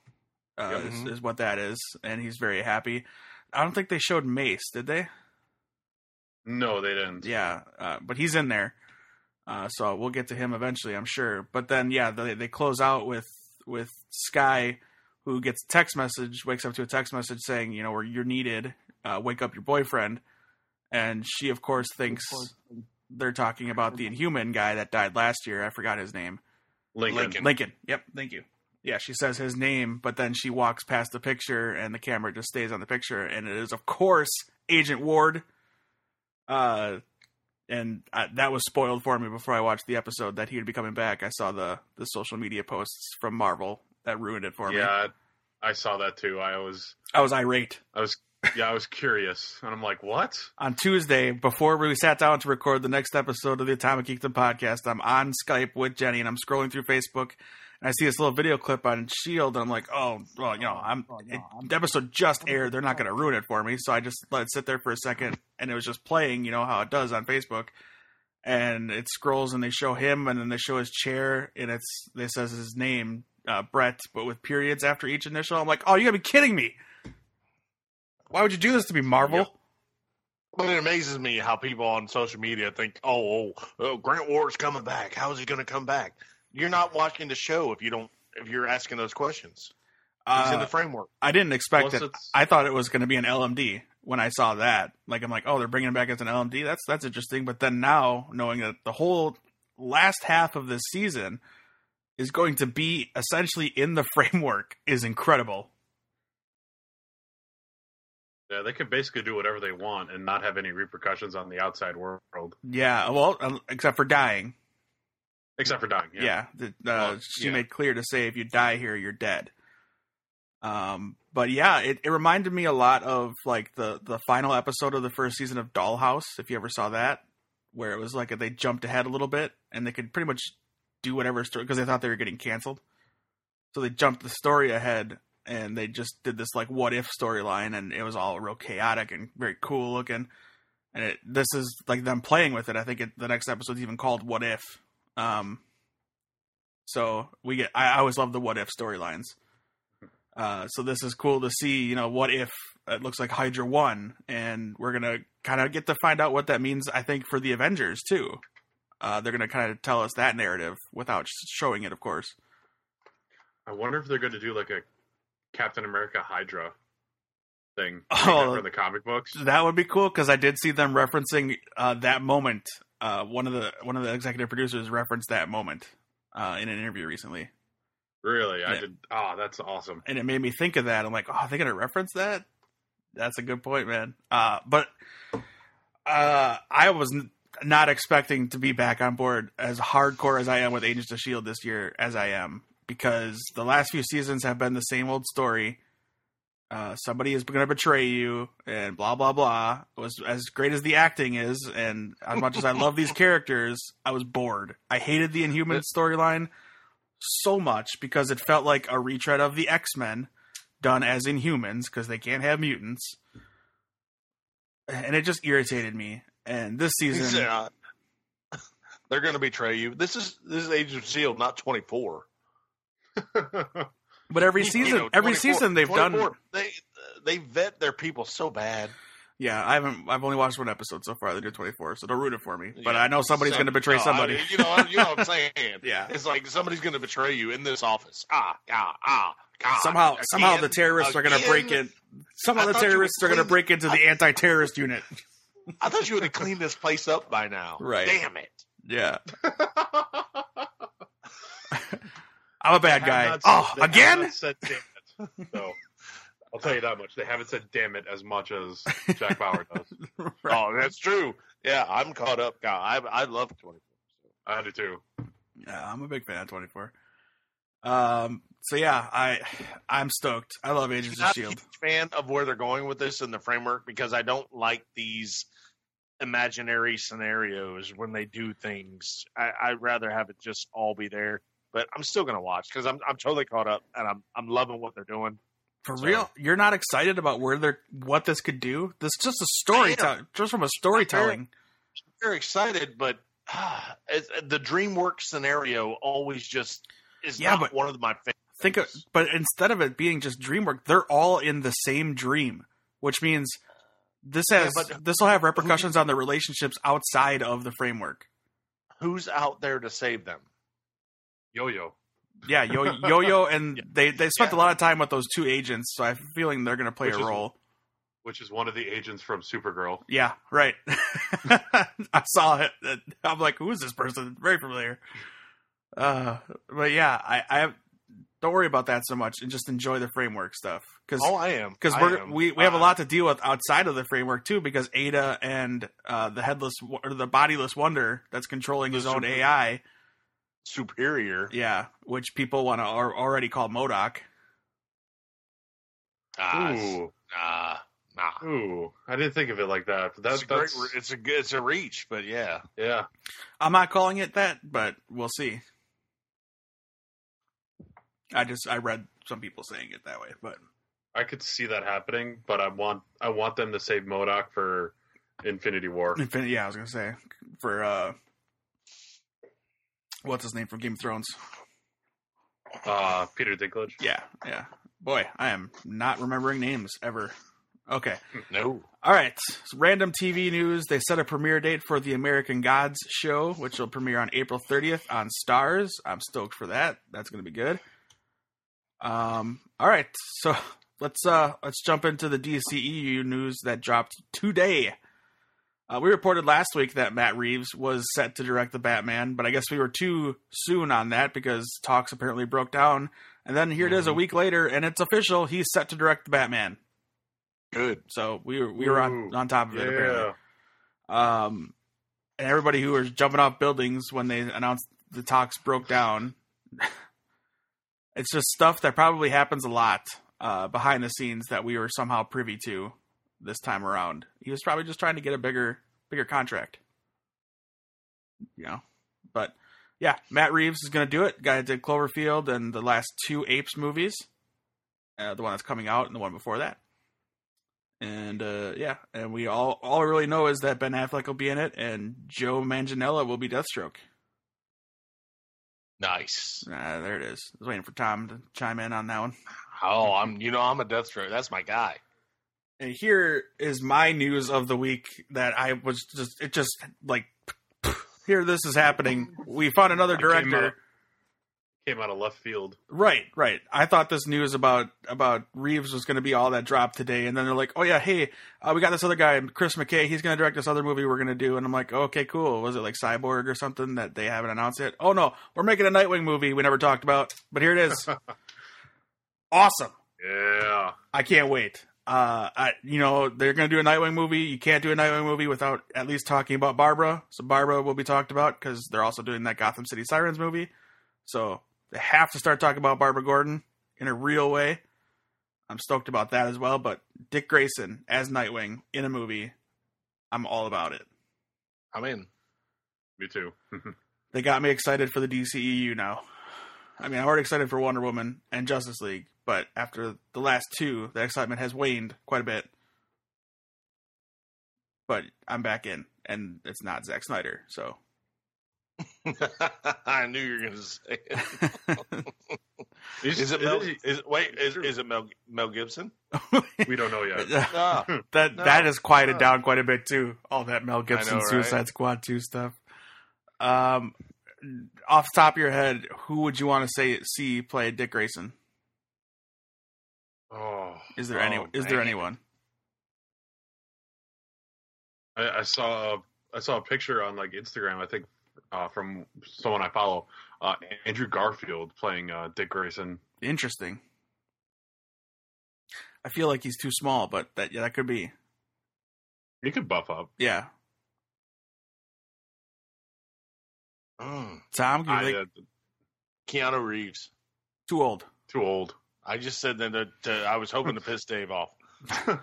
Uh, Yeah. is, is what that is, and he's very happy. I don't think they showed Mace, did they? No, they didn't. Yeah, uh, but he's in there, uh, so we'll get to him eventually, I'm sure. But then, yeah, they they close out with with Sky, who gets a text message, wakes up to a text message saying, you know, where you're needed, uh, wake up your boyfriend, and she of course thinks they're talking about the Inhuman guy that died last year. I forgot his name. Lincoln. Lincoln. Lincoln. Yep. Thank you. Yeah, she says his name, but then she walks past the picture, and the camera just stays on the picture, and it is, of course, Agent Ward. Uh, and I, that was spoiled for me before I watched the episode that he would be coming back. I saw the the social media posts from Marvel that ruined it for me. Yeah, I saw that too. I was I was irate. I was yeah, I was curious, and I'm like, what? on Tuesday before we sat down to record the next episode of the Atomic Geekdom podcast. I'm on Skype with Jenny and I'm scrolling through Facebook and I see this little video clip on Shield and I'm like, oh, well, you know, I'm it, the episode just aired. They're not going to ruin it for me, so I just let it sit there for a second and it was just playing, you know how it does on Facebook. And it scrolls and they show him and then they show his chair and it's they says his name uh, Brett, but with periods after each initial. I'm like, oh, you gotta be kidding me! Why would you do this to me, Marvel? Yep. But it amazes me how people on social media think, "Oh, oh, oh Grant Ward's coming back. How is he going to come back?" You're not watching the show if you don't if you're asking those questions. He's in Uh, the framework. I didn't expect Plus it. it's- I thought it was going to be an LMD when I saw that. Like I'm like, oh, they're bringing it back as an LMD. That's that's interesting. But then now knowing that the whole last half of this season is going to be essentially in the [LAUGHS] framework is incredible. Yeah, they could basically do whatever they want and not have any repercussions on the outside world, Yeah, well, um, except for dying. except for dying. Yeah. Yeah, the, uh, Well, she yeah. made clear to say if you die here, you're dead. Um, but yeah, it, it reminded me a lot of like the the final episode of the first season of Dollhouse, if you ever saw that, where it was like they jumped ahead a little bit and they could pretty much do whatever story because they thought they were getting canceled, so they jumped the story ahead and they just did this like what if storyline and it was all real chaotic and very cool looking. And it, this is like them playing with it. I think it, the next episode's even called "What If." Um, so we get. I I always love the what if storylines. Uh, so this is cool to see. You know, what if it looks like Hydra won, and we're gonna kind of get to find out what that means. I think for the Avengers too, uh, they're gonna kind of tell us that narrative without sh- showing it, of course. I wonder if they're going to do like a Captain America Hydra [LAUGHS] thing Oh. for the comic books. That would be cool because I did see them referencing uh, that moment. Uh, one of the one of the executive producers referenced that moment uh, in an interview recently, Really, I Yeah. did. Ah, that's awesome. [LAUGHS] and it made me think of that. I'm like, oh, are they gonna reference that? That's a good point, man. Uh, but uh, I was n- not expecting to be back on board as hardcore as I am with Agents of Shield this year as I am because the last few seasons have been the same old story. Uh, somebody is going to betray you, and blah blah blah. It was as great as the acting is, and as much as I love these characters, I was bored. I hated the Inhuman storyline so much because it felt like a retread of the X Men done as Inhumans because they can't have mutants, and it just irritated me. And this He season, said, uh, [LAUGHS] they're going to betray you. This is this is Agent of Shield, E not 24. But every You season, know, every 24 season they've done. 24, They they vet their people so bad. Yeah, I haven't. I've only watched one episode so far. They do twenty four, so don't ruin it for me. But Yeah. I know somebody's Some- going to betray no, I- somebody. you know, you know what I'm saying? [LAUGHS] Yeah. it's like somebody's going to betray you in this office. Ah, ah, ah. God, somehow, somehow again, the terrorists are going to break again. in. Somehow I the thought you were terrorists are going to clean- break into the anti terrorist [LAUGHS] unit. I thought you would have cleaned this place up by now. Right. Damn it. Yeah, I'm a bad guy. Oh, they have again? not said damn it. So I'll tell you that much. They haven't said damn it as much as [LAUGHS] Jack Bauer does. Right. Oh, that's true. Yeah, I'm caught up. God, I I love 24. I do too. Yeah, I'm a big fan of twenty four. Um. So yeah, I I'm stoked. I E love Agents of Not a Shield. huge fan of where they're going with this in the framework because I don't like these imaginary scenarios when they do things. I, I'd rather have it just all be there. But I'm still gonna watch because I'm I'm totally caught up and I'm I'm loving what they're doing. For So- real, you're not excited about where they're what this could do. This is just a I story, am. tell- just from a storytelling. Very excited, but ah, it's, the DreamWorks scenario always just is Yeah, not but- one of my favorites. Think of, but instead of it being just dream work, they're all in the same dream, which means this Yeah, has but- this will have repercussions on the relationships outside of the framework. who's out there to save them. Yo yo. Yeah, Yo [LAUGHS] Yo Yo, and Yeah. they they spent Yeah. a lot of time with those two agents, so I have a feeling they're going to play Which a is- role. Which is one of the agents from Supergirl. Yeah, right. [LAUGHS] I saw it. I'm like, who is this person? Very familiar. Uh, but yeah, I, I don't worry about that so much and just enjoy the framework stuff because Oh, I am because I we're am. we, we have a Uh, lot to deal with outside of the framework too because Ada and uh, the headless wo- or the bodiless wonder that's controlling The his own super- AI. Uh, superior. Yeah, which people want to are already call Modoc. Ah, it's- Ooh, nah, nah. ooh! I didn't think of it like that. But that, That's it's a great. that's re- It's a good. It's a reach, but yeah. yeah. I'm not calling it that, but we'll see. I just I read some people saying it that way, but I could see that happening, but I want I want them to save Modoc for [LAUGHS] Infinity War. Infin- yeah, I was gonna say for uh, what's his name from Game of Thrones? Uh, Peter Dinklage. Yeah, yeah. Boy, I am not remembering names ever. Okay, [LAUGHS] No. all right. So random TV news: They set a premiere date for the American Gods show, which will premiere on April 30th on Stars. I'm stoked for that. That's gonna be good. Um. All right. So [LAUGHS] let's uh let's jump into the DCEU news that dropped today. Uh, we reported last week that Matt Reeves was set to direct the Batman, but I guess we were too soon on that because talks apparently broke down. And then here it is a week later, and it's official. He's set to direct the Batman. Good. So we were, we were on, Ooh, on top of it apparently. Yeah. Um, and everybody who was jumping off buildings when they announced the talks broke down. [LAUGHS] it's just stuff that probably happens a lot uh, behind the scenes that we were somehow privy to this time around. He was probably just trying to get a bigger bigger contract. You know, but yeah, Matt Reeves is going to do it. Guy that did Cloverfield and the last two Apes movies, uh, the one that's coming out and the one before that. And uh, yeah, and we all all we really know is that Ben Affleck will be in it, and Joe Manganiello will be Deathstroke. Nice. Uh, there it is. I was waiting for Tom to chime in on that one. Oh, I'm. You know, I'm a Deathstroke. That's my guy. And here is my news of the week that I was just it just like [LAUGHS] here this is happening. We found another It came director. out- Came out of left field. Right, right. I thought this news about about Reeves was going to be all that dropped today, and then they're like, "Oh yeah, hey, uh, we got this other guy, Chris McKay. He's going to direct this other movie we're going to do." And I'm like, "Okay, cool. Was it like Cyborg or something that they haven't announced yet?" Oh no, we're making a Nightwing movie we never talked about, but here it is. awesome. Yeah. I can't wait. Uh, I, you know, they're going to do a Nightwing movie. You can't do a Nightwing movie without at least talking about Barbara. So Barbara will be talked about because they're also doing that Gotham City Sirens movie. So they have to start talking about Barbara Gordon in a real way. I'm stoked about that as well. But Dick Grayson as Nightwing in a movie, I'm all about it. I'm in. [LAUGHS] Me too. [LAUGHS] They got me excited for the DCEU now. I mean, I'm already excited for Wonder Woman and Justice League, but after the last two, the excitement has waned quite a bit. But I'm back in, and it's not Zack Snyder, so [LAUGHS] I knew you were gonna say. It. It's- Is it it Mel? is- Is wait? Is, true. is it Mel? Mel Gibson? we don't know yet. that No. No, [LAUGHS] that has quieted no. down quite a bit too. All that Mel Gibson right? Suicide Squad two stuff. Um, off the top of your head, who would you want to say see play Dick Grayson? Oh, Is there Oh, any? Is there man. anyone? I, I saw I saw a picture on like Instagram. I think uh, from someone I follow, uh, Andrew Garfield playing uh, Dick Grayson. Interesting. I feel like he's too small, but that yeah, that could be. He could buff up. Yeah, [LAUGHS] Mm. Tom, you I, think uh, Keanu Reeves. too old. too old. I just said that to, to, I was hoping to piss Dave [LAUGHS] off. Oh,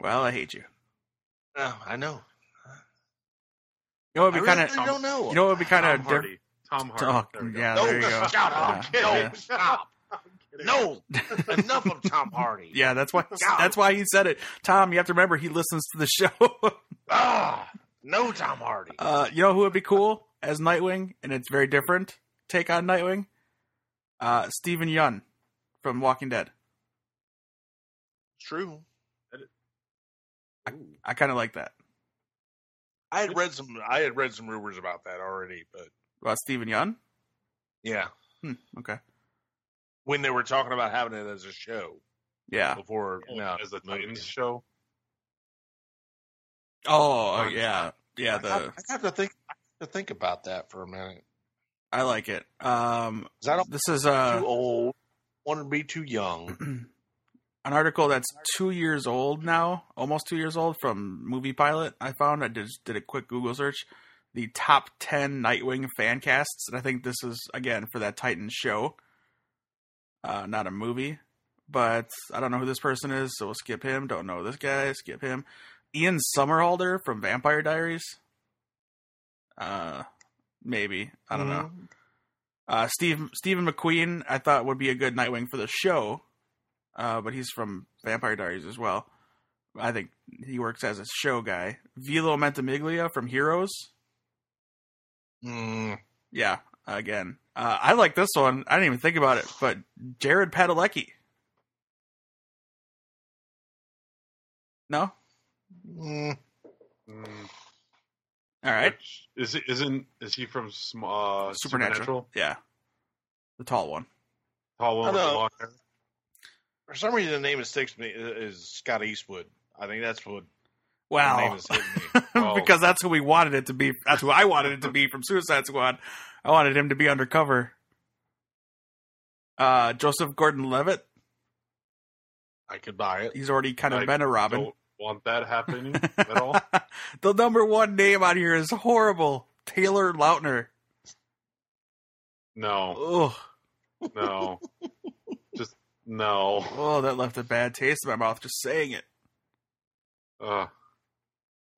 Well, I hate you. I know. You know, I it'd be really kind of. don't know. You know, it'd be kind Tom of. Hardy. Tom Oh, Hardy. There we go. yeah, no, there you [LAUGHS] go. shut up. Yeah, no, yeah. stop. No, [LAUGHS] enough of Tom Hardy. Yeah, that's why. Yeah. That's why he said it. Tom, you have to remember he listens to the [LAUGHS] show. Ah, no Tom Hardy. Uh, you know who would be cool as Nightwing, and it's very different take on Nightwing. Uh, Stephen Yun from Walking Dead. It's true. I kind of like that I had read some. I had read some rumors about that already, but about Stephen Yun. yeah, Hmm, okay, when they were talking about having it as a show yeah. before, no, As the Titans show. Oh, yeah, yeah. I, have, The I have to think. I have to think about that for a minute. I like it. Um, 'Cause I don't this is too uh, old, want to be too young. [CLEARS THROAT] an article that's two years old now, almost two years old from Movie Pilot. I found I did did a quick Google search. The top ten Nightwing fan casts, and I think this is again for that Titan show, uh, not a movie. But I don't know who this person is, so we'll skip him. Don't know this guy, skip him. Ian Somerhalder from Vampire Diaries. Uh, maybe I don't know. Uh, Steve Stephen McQueen, I thought would be a good Nightwing for the show, uh, but he's from Vampire Diaries as well. I think he works as a show guy. Vilo Mentimiglia from Heroes, Mm, yeah. Again, uh, I like this one. I didn't even think about it, but Jared Padalecki. No, all mm, Mm, right, which- Is it, isn't is he from Sm- Supernatural. uh, Supernatural? yeah, the tall one. Tall one with the Hello. long hair. for some reason, the name that sticks to me is, is Scott Eastwood. I think that's what the name Wow, is hitting [LAUGHS] me. Wow. because that's who we wanted it to be. That's who I wanted it to be from Suicide Squad. I wanted him to be undercover. Uh, Joseph Gordon-Levitt. I could buy it. He's already kind of I been a Robin. [LAUGHS] Don't want that happening [LAUGHS] at [LAUGHS] all. the number one name on here is horrible. Taylor Lautner. No, Ugh. no, just no. Oh, that left a bad taste in my mouth just saying it. Uh,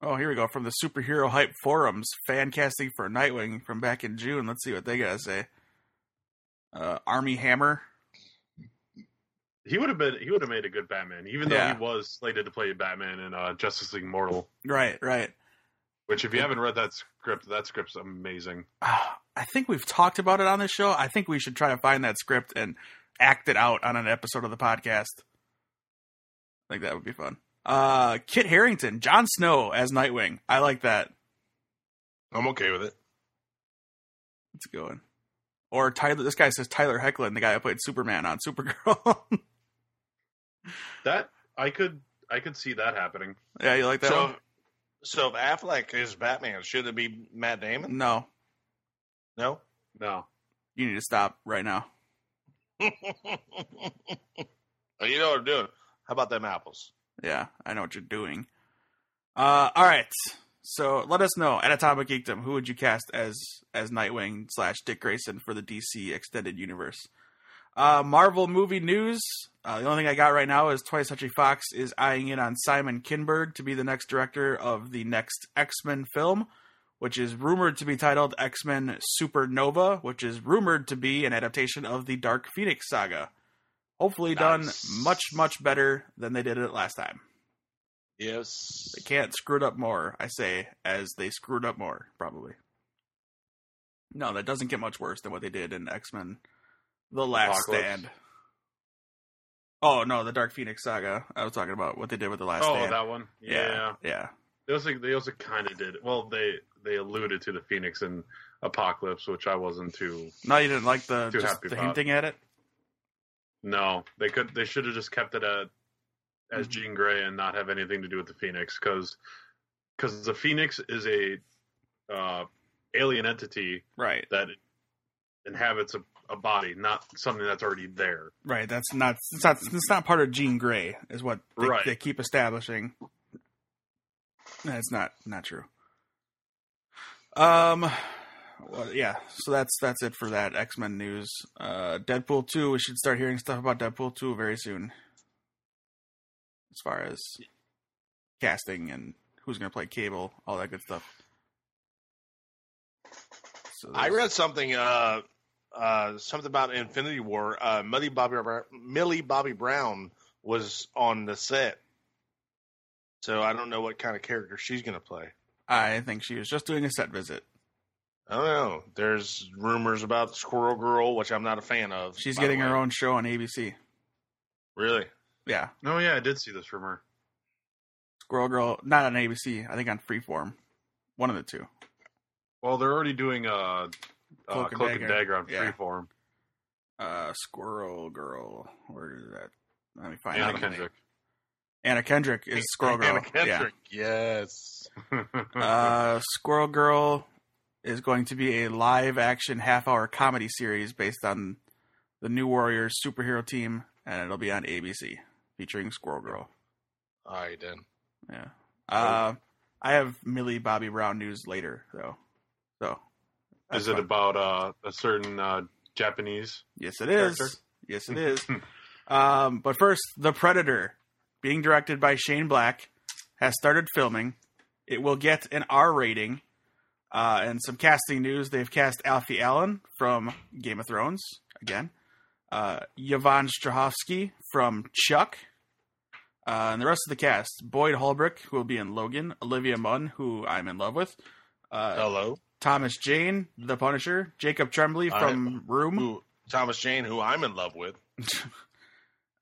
Oh, here we go. From the superhero hype forums, fan casting for Nightwing from back in June. Let's see what they gotta say. Uh, Army Hammer. he would have been. He would have made a good Batman, even though Yeah. he was slated to play Batman in uh, Justice League Mortal. Right, right. Which, if you haven't read that script, that script's amazing. Ah, I think we've talked about it on this show. I think we should try to find that script and act it out on an episode of the podcast. I think that would be fun. Uh, Kit Harrington, Jon Snow as Nightwing. I like that. I'm okay with it. It's going. Or Tyler. This guy says Tyler Hecklin, the guy who played Superman on Supergirl. [LAUGHS] That I could, I could see that happening. yeah, you like that so, so if Affleck is Batman, should it be Matt one? Damon? No, [LAUGHS] No. No, you need to stop right now. Oh, you know what I'm doing. How about them apples? Yeah, I know what you're doing. Uh, all right. So let us know at Atomic Geekdom who would you cast as as Nightwing slash Dick Grayson for the DC Extended Universe. Uh, Marvel movie news. Uh, the only thing I got right now is 20th Century Fox is eyeing in on Simon Kinberg to be the next director of the next X Men film, which is rumored to be titled X Men Supernova, which is rumored to be an adaptation of the Dark Phoenix saga. Hopefully, Nice. done much much better than they did it last time. Yes. They can't screw it up more, I say, as they screwed up more, probably. No, that doesn't get much worse than what they did in X Men: The Last Apocalypse. Stand. Oh no, the Dark Phoenix saga. I was talking about what they did with the Last oh, Stand. that one. yeah, yeah. yeah. They also they also kind of did well. They they alluded to the Phoenix and Apocalypse, which I wasn't too. No, you didn't like the Too just happy the about. hinting at it. No, they could they should have just kept it at as Mhm. Jean Grey and not have anything to do with the Phoenix because the Phoenix is a uh, alien entity Right, that inhabits a, a body, not something that's already there. right. That's not. It's not. It's not part of Jean Grey, is what they, Right. they keep establishing. That's not not true. Um, well, yeah. So that's that's it for that X Men news. Uh, Deadpool two. We should start hearing stuff about Deadpool two very soon. As far as casting and who's going to play Cable, all that good stuff. So I there's- read something, uh, uh, something about Infinity War. Uh, Millie Bobby Br- Millie Bobby Brown was on the set, so I don't know what kind of character she's going to play. I think she was just doing a set visit. I don't know. There's rumors about Squirrel Girl, which I'm not a fan of. She's by the getting her way. own show on ABC. Really? Yeah, Oh yeah, I did see this rumor. Squirrel Girl, not on ABC. I think on Freeform, one of the two. Well, they're already doing uh, uh, Cloak and Cloak and Dagger. Dagger on Yeah. Freeform. Uh, Squirrel Girl, where is that? Let me find Anna out. Kendrick. Anna Kendrick [LAUGHS] is Squirrel Girl. [LAUGHS] Anna Kendrick, Yes. Yeah. Uh, Squirrel Girl is going to be a live-action half-hour comedy series based on the New Warriors superhero team, and it'll be on ABC, featuring Squirrel Girl. All right then. Yeah. Uh, I have Millie Bobby Brown news later though. So. is it a about uh, a certain uh, Japanese? Yes, it is. character. Yes, it is. um, but first, The Predator, being directed by Shane Black, has started filming. It will get an R rating. Uh, and some casting news: they've cast Alfie Allen from Game of Thrones again, uh, Yvonne Strahovski from Chuck, uh, and the rest of the cast: Boyd Holbrook, who will be in Logan, Olivia Munn, who I'm in love with, uh, Hello. Thomas Jane, The Punisher, Jacob Tremblay from Room, Who, Thomas Jane, who I'm in love with.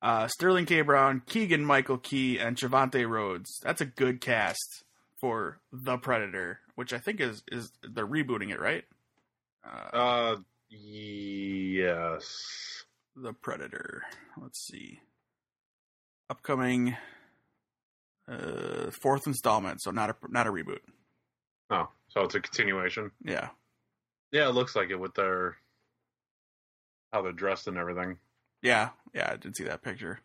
uh, Sterling K. Brown, Keegan Michael Key, and Javante Rhodes. That's a good cast for The Predator, which I think is is they're rebooting it, right? Uh, Uh, yes. the Predator. Let's see. Upcoming uh, fourth installment, so not a not a reboot. Oh, so it's a continuation. Yeah, Yeah, it looks like it with their how they're dressed and everything. yeah, yeah. I did see that picture.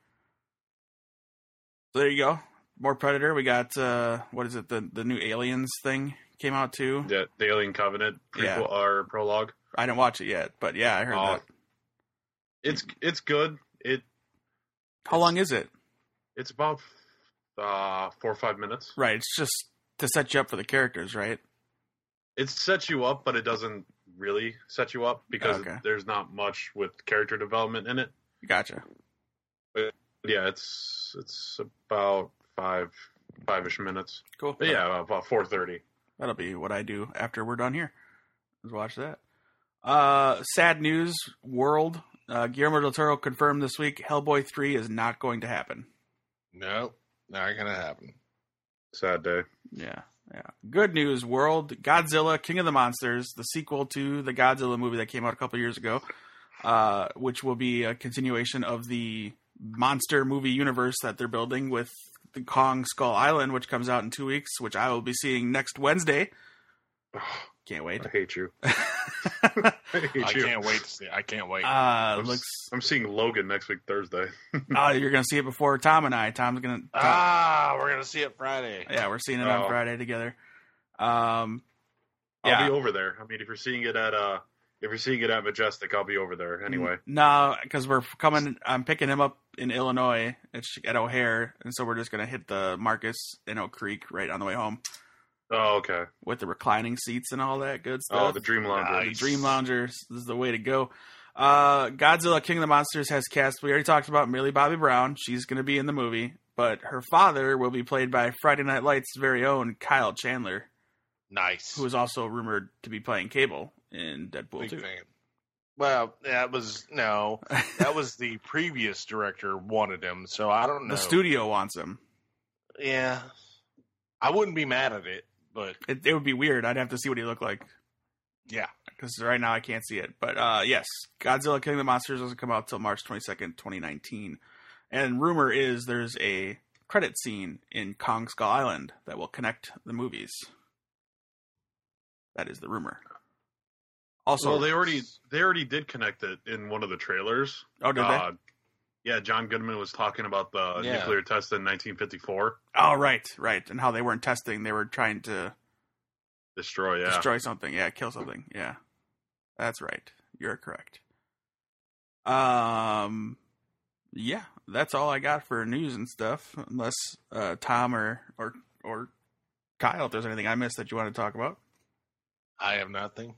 So there you go. More Predator. We got uh, what is it? The the new Aliens thing came out too. The, the Alien Covenant Yeah. prequel or prologue. I didn't watch it yet, but yeah, I heard Oh, that. It's it's good. It How long is it? it's about uh four or five minutes. Right, it's just to set you up for the characters, right? It sets you up, but it doesn't really set you up because Okay. there's not much with character development in it. Gotcha. Yeah, it's it's about five five ish minutes. Cool. But yeah, about four thirty. that'll be what I do after we're done here. Let's watch that. Uh, sad news, world. Uh, Guillermo del Toro confirmed this week Hellboy three is not going to happen. No, not gonna happen. Sad day. Yeah, yeah. Good news, world. Godzilla, King of the Monsters, the sequel to the Godzilla movie that came out a couple years ago, uh, which will be a continuation of the monster movie universe that they're building with the Kong Skull Island, which comes out in two weeks, which I will be seeing next Wednesday. Ugh, Can't [LAUGHS] wait. I hate you. I hate I you. can't wait to see. I can't wait. [LAUGHS] Uh, I'm s- looks. I'm seeing Logan next week Thursday. [LAUGHS] [LAUGHS] Uh, you're gonna see it before Tom and I. Tom's gonna. Tom- ah, we're gonna see it Friday. yeah, we're seeing it on Oh. Friday together. Um, I'll Yeah. be over there. I mean, if you're seeing it at uh, if you're seeing it at Majestic, I'll be over there Mm-hmm. anyway. No, because we're coming. I'm picking him up in Illinois at, Ch- at O'Hare, and so we're just gonna hit the Marcus in Oak Creek right on the way home Oh, okay. with the reclining seats and all that good Oh, stuff. the Dream Lounge. The Dream Loungers this is the way to go. Uh, Godzilla King of the Monsters has cast. We already talked about Millie Bobby Brown. She's gonna be in the movie, but her father will be played by Friday Night Lights' very own Kyle Chandler, Nice. who is also rumored to be playing Cable in Deadpool Big too. fan. Well, that was [LAUGHS] no, that was the previous director wanted him, so I don't know. The studio wants him. yeah, I wouldn't be mad at it, but It, it would be weird. I'd have to see what he looked like yeah, because right now I can't see it. But uh, yes, Godzilla King of the Monsters doesn't come out till March twenty second, twenty nineteen, and rumor is there's a credit scene in Kong Skull Island that will connect the movies. That is the rumor. Also, well, they already they already did connect it in one of the trailers. oh did they? Uh, yeah, John Goodman was talking about the Yeah. nuclear test in 1954. Oh right, right, and how they weren't testing; they were trying to Destroy, yeah. destroy something. Yeah, kill something. Yeah, that's right. You're correct. Um, yeah, that's all I got for news and stuff. Unless uh, Tom or or or Kyle, if there's anything I missed that you want to talk about. I have nothing.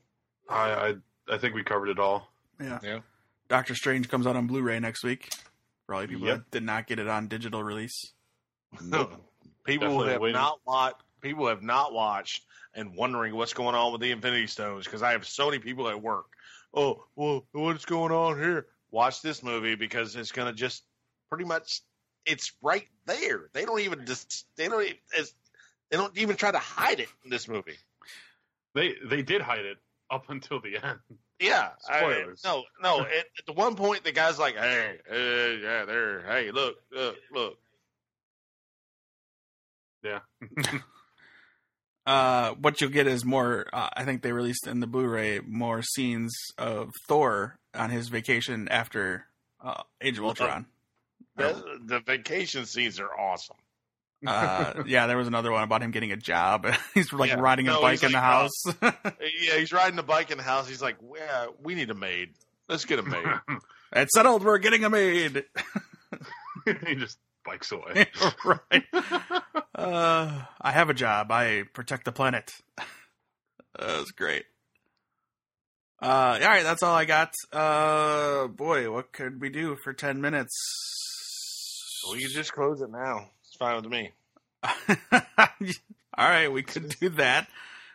I, uh, I I think we covered it all. Yeah. Yeah. Doctor Strange comes out on Blu-ray next week. Probably people Yep. that did not get it on digital release. Nope. people Definitely have waiting. not watched. People have not watched and wondering what's going on with the Infinity Stones because I have so many people at work. Oh, well, what's going on here? Watch this movie because it's going to just pretty much. It's right there. They don't even just. They don't. even- It's, they don't even try to hide it in this movie. [LAUGHS] They they did hide it up until the end. Yeah, I- Spoilers. no, no. At, at the one point, the guy's like, "Hey, uh, yeah, there. Hey, look, look, look." Uh, what you'll get is more. Uh, I think they released in the Blu-ray more scenes of Thor on his vacation after uh, Age Oh, of Ultron. The, the vacation scenes are awesome. [LAUGHS] uh, yeah, there was another one about him getting a job. [LAUGHS] he's like Yeah. riding a No, bike he's in the like, oh. house. [LAUGHS] Yeah, he's riding the bike in the house. He's like, "Yeah, we need a maid. Let's get [LAUGHS] a maid." it's settled. We're getting a [LAUGHS] maid. [LAUGHS] [LAUGHS] he just bikes away. right. Uh, I have a job. I protect the planet. [LAUGHS] that was great. Uh, all right, that's all I got. Uh, boy, what could we do for ten minutes? [LAUGHS] we can just close it now. It's fine with me. all right, we could do that,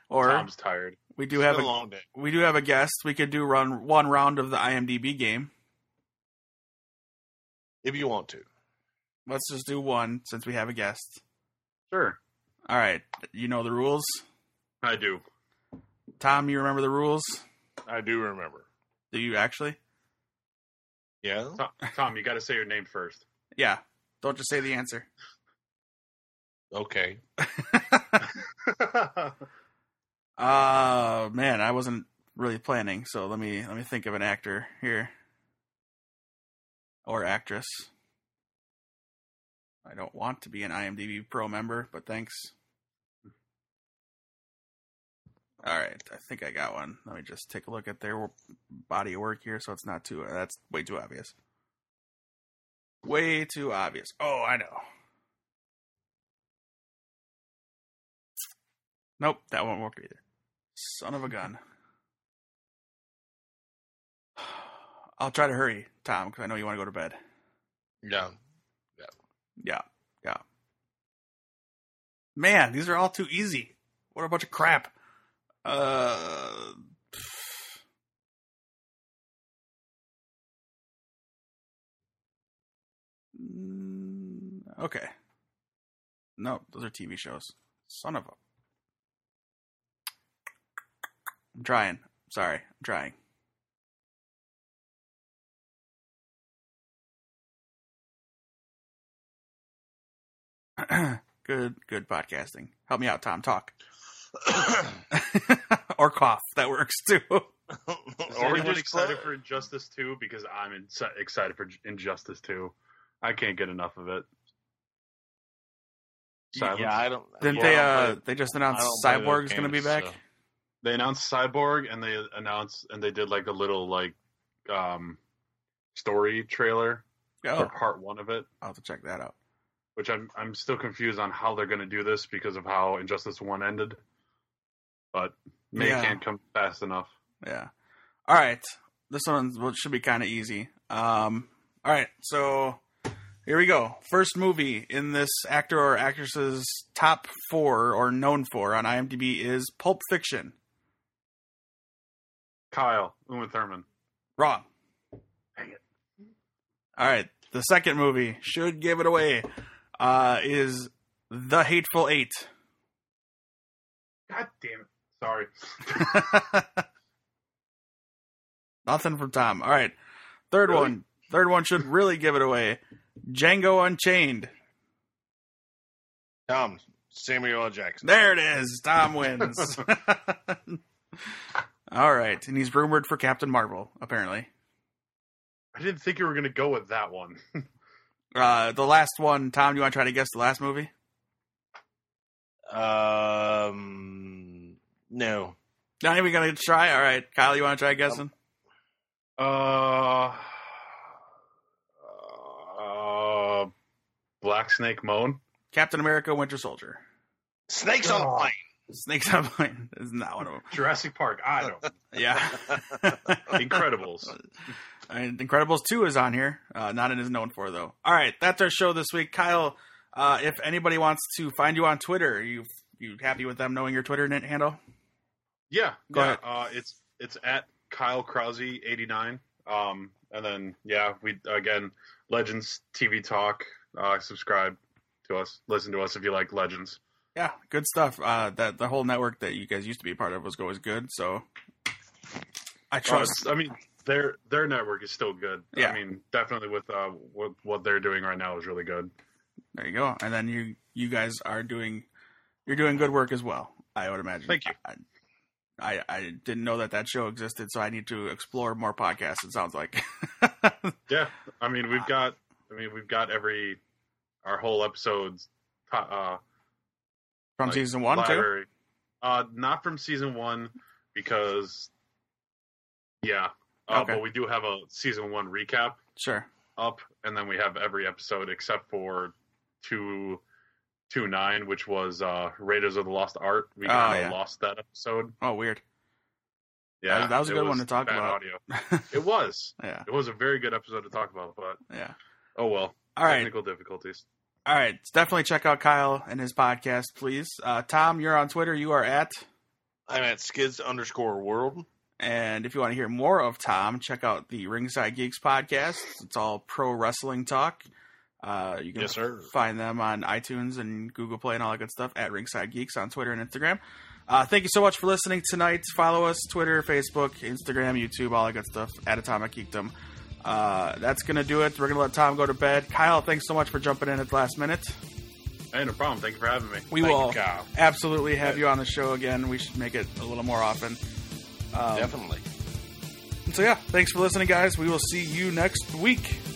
or Tom's tired. we do It's have been a a long day. we do have a guest. We could do run one round of the IMDb game. If you want to, Let's just do one since we have a guest. Sure, All right, you know the rules. I do. Tom, you remember the rules? I do remember. Do you actually? Yeah, Tom, Tom you got to say your name first. [LAUGHS] Yeah. Don't just say the answer. okay. Uh man, I wasn't really planning, so let me let me think of an actor here. Or actress. I don't want to be an IMDb Pro member, but thanks. All right, I think I got one. Let me just take a look at their body of work here, so it's not too. That's way too obvious. Way too obvious. Oh, I know. Nope, that won't work either. Son of a gun. [SIGHS] I'll try to hurry, Tom, because I know you want to go to bed. [COUGHS] Yeah, Yeah, yeah. Man, these are all too easy. What a bunch of crap. Uh. pff. Mm, Okay. No, those are TV shows. Son of a. I'm trying. Sorry, I'm trying. [CLEARS THROAT] good, good podcasting. Help me out, Tom. Talk [LAUGHS] or cough. That works [LAUGHS] too. Is Or anyone just excited close- for Injustice 2? Because I'm inci- excited for Injustice 2. I can't get enough of it. Silence. Yeah, I don't. Didn't yeah, they? I don't Uh, play- they just I announced don't play those Cyborg's gonna be games, back. so. They announced Cyborg and they announced and they did like a little like um story trailer for Oh, part 1 of it, I'll have to check that out. which I'm I'm still confused on how they're going to do this because of how Injustice 1 ended. But May Yeah. can't come fast enough. Yeah. All right. This one will- should be kind of easy. Um. All right. So here we go. First movie in this actor or actress's top four or known for on IMDb is Pulp Fiction. Kyle Uma Thurman. Wrong. Dang it. All right. The second movie should give it away. Uh, is The Hateful Eight. [LAUGHS] God damn it! Sorry. Nothing from Tom. All right. Third Really? one. Third one should really give it away. Django Unchained. Tom Samuel L. Jackson. There it is. Tom wins. [LAUGHS] All right. And he's rumored for Captain Marvel, apparently. I didn't think you were gonna go with that one. Uh, the last one, Tom, you want to try to guess the last movie? Um, no. Not even going to try? All right. Kyle, you want to try guessing? Uh, uh Black Snake Moan. Captain America Winter Soldier. Snakes on a Oh. plane. Snakes on a plane. [LAUGHS] is not one of them. Jurassic Park. I don't. Yeah. [LAUGHS] Incredibles. And Incredibles 2 is on here. Uh, not in is known for, though. All right. That's our show this week. Kyle, uh, if anybody wants to find you on Twitter, are you, you happy with them knowing your Twitter n- handle? Yeah, Go yeah. ahead. Uh, it's it's at Kyle Krause eighty nine. Um, and then yeah, we again Legends TV Talk. Uh, subscribe to us. Listen to us if you like Legends. Yeah, good stuff. Uh, that the whole network that you guys used to be a part of was always good. So I Uh, trust. I mean, their their network is still good. Yeah. I mean, definitely with uh, what what they're doing right now is really good. there you go. And then you you guys are doing you're doing good work as well. I would imagine. Thank you. I, I, I didn't know that that show existed, so I need to explore more podcasts. It sounds like. [LAUGHS] Yeah, I mean we've got I mean we've got every our whole episodes uh, From Like, season one, too. library. Uh, not from season one because, yeah, uh, Okay. but we do have a season one recap Sure. up, and then we have every episode except for two, two nine, which was uh, Raiders of the Lost Art. We Oh, kind of yeah. lost that episode. Oh, weird. Yeah, was- that was a it good one to talk bad about. Audio. It was. Yeah. It was a very good episode to talk about, but Yeah. oh well. All right. Technical difficulties. All right. Definitely check out Kyle and his podcast, please. Uh, Tom, you're on Twitter. You are at. I'm at skids underscore world. And if you want to hear more of Tom, check out the Ringside Geeks podcast. It's all pro wrestling talk. Uh, you can Yes, sir. find them on iTunes and Google Play and all that good stuff at Ringside Geeks on Twitter and Instagram. Uh, thank you so much for listening tonight. Follow us Twitter, Facebook, Instagram, YouTube, all that good stuff at Atomic Geekdom. Uh, that's going to do it. We're going to let Tom go to bed. Kyle, thanks so much for jumping in at the last minute. Hey, no problem. Thank you for having me. We Thank will you, Kyle. absolutely have you on the show again. We should make it a little more often. Um, Definitely. so yeah, thanks for listening, guys. We will see you next week.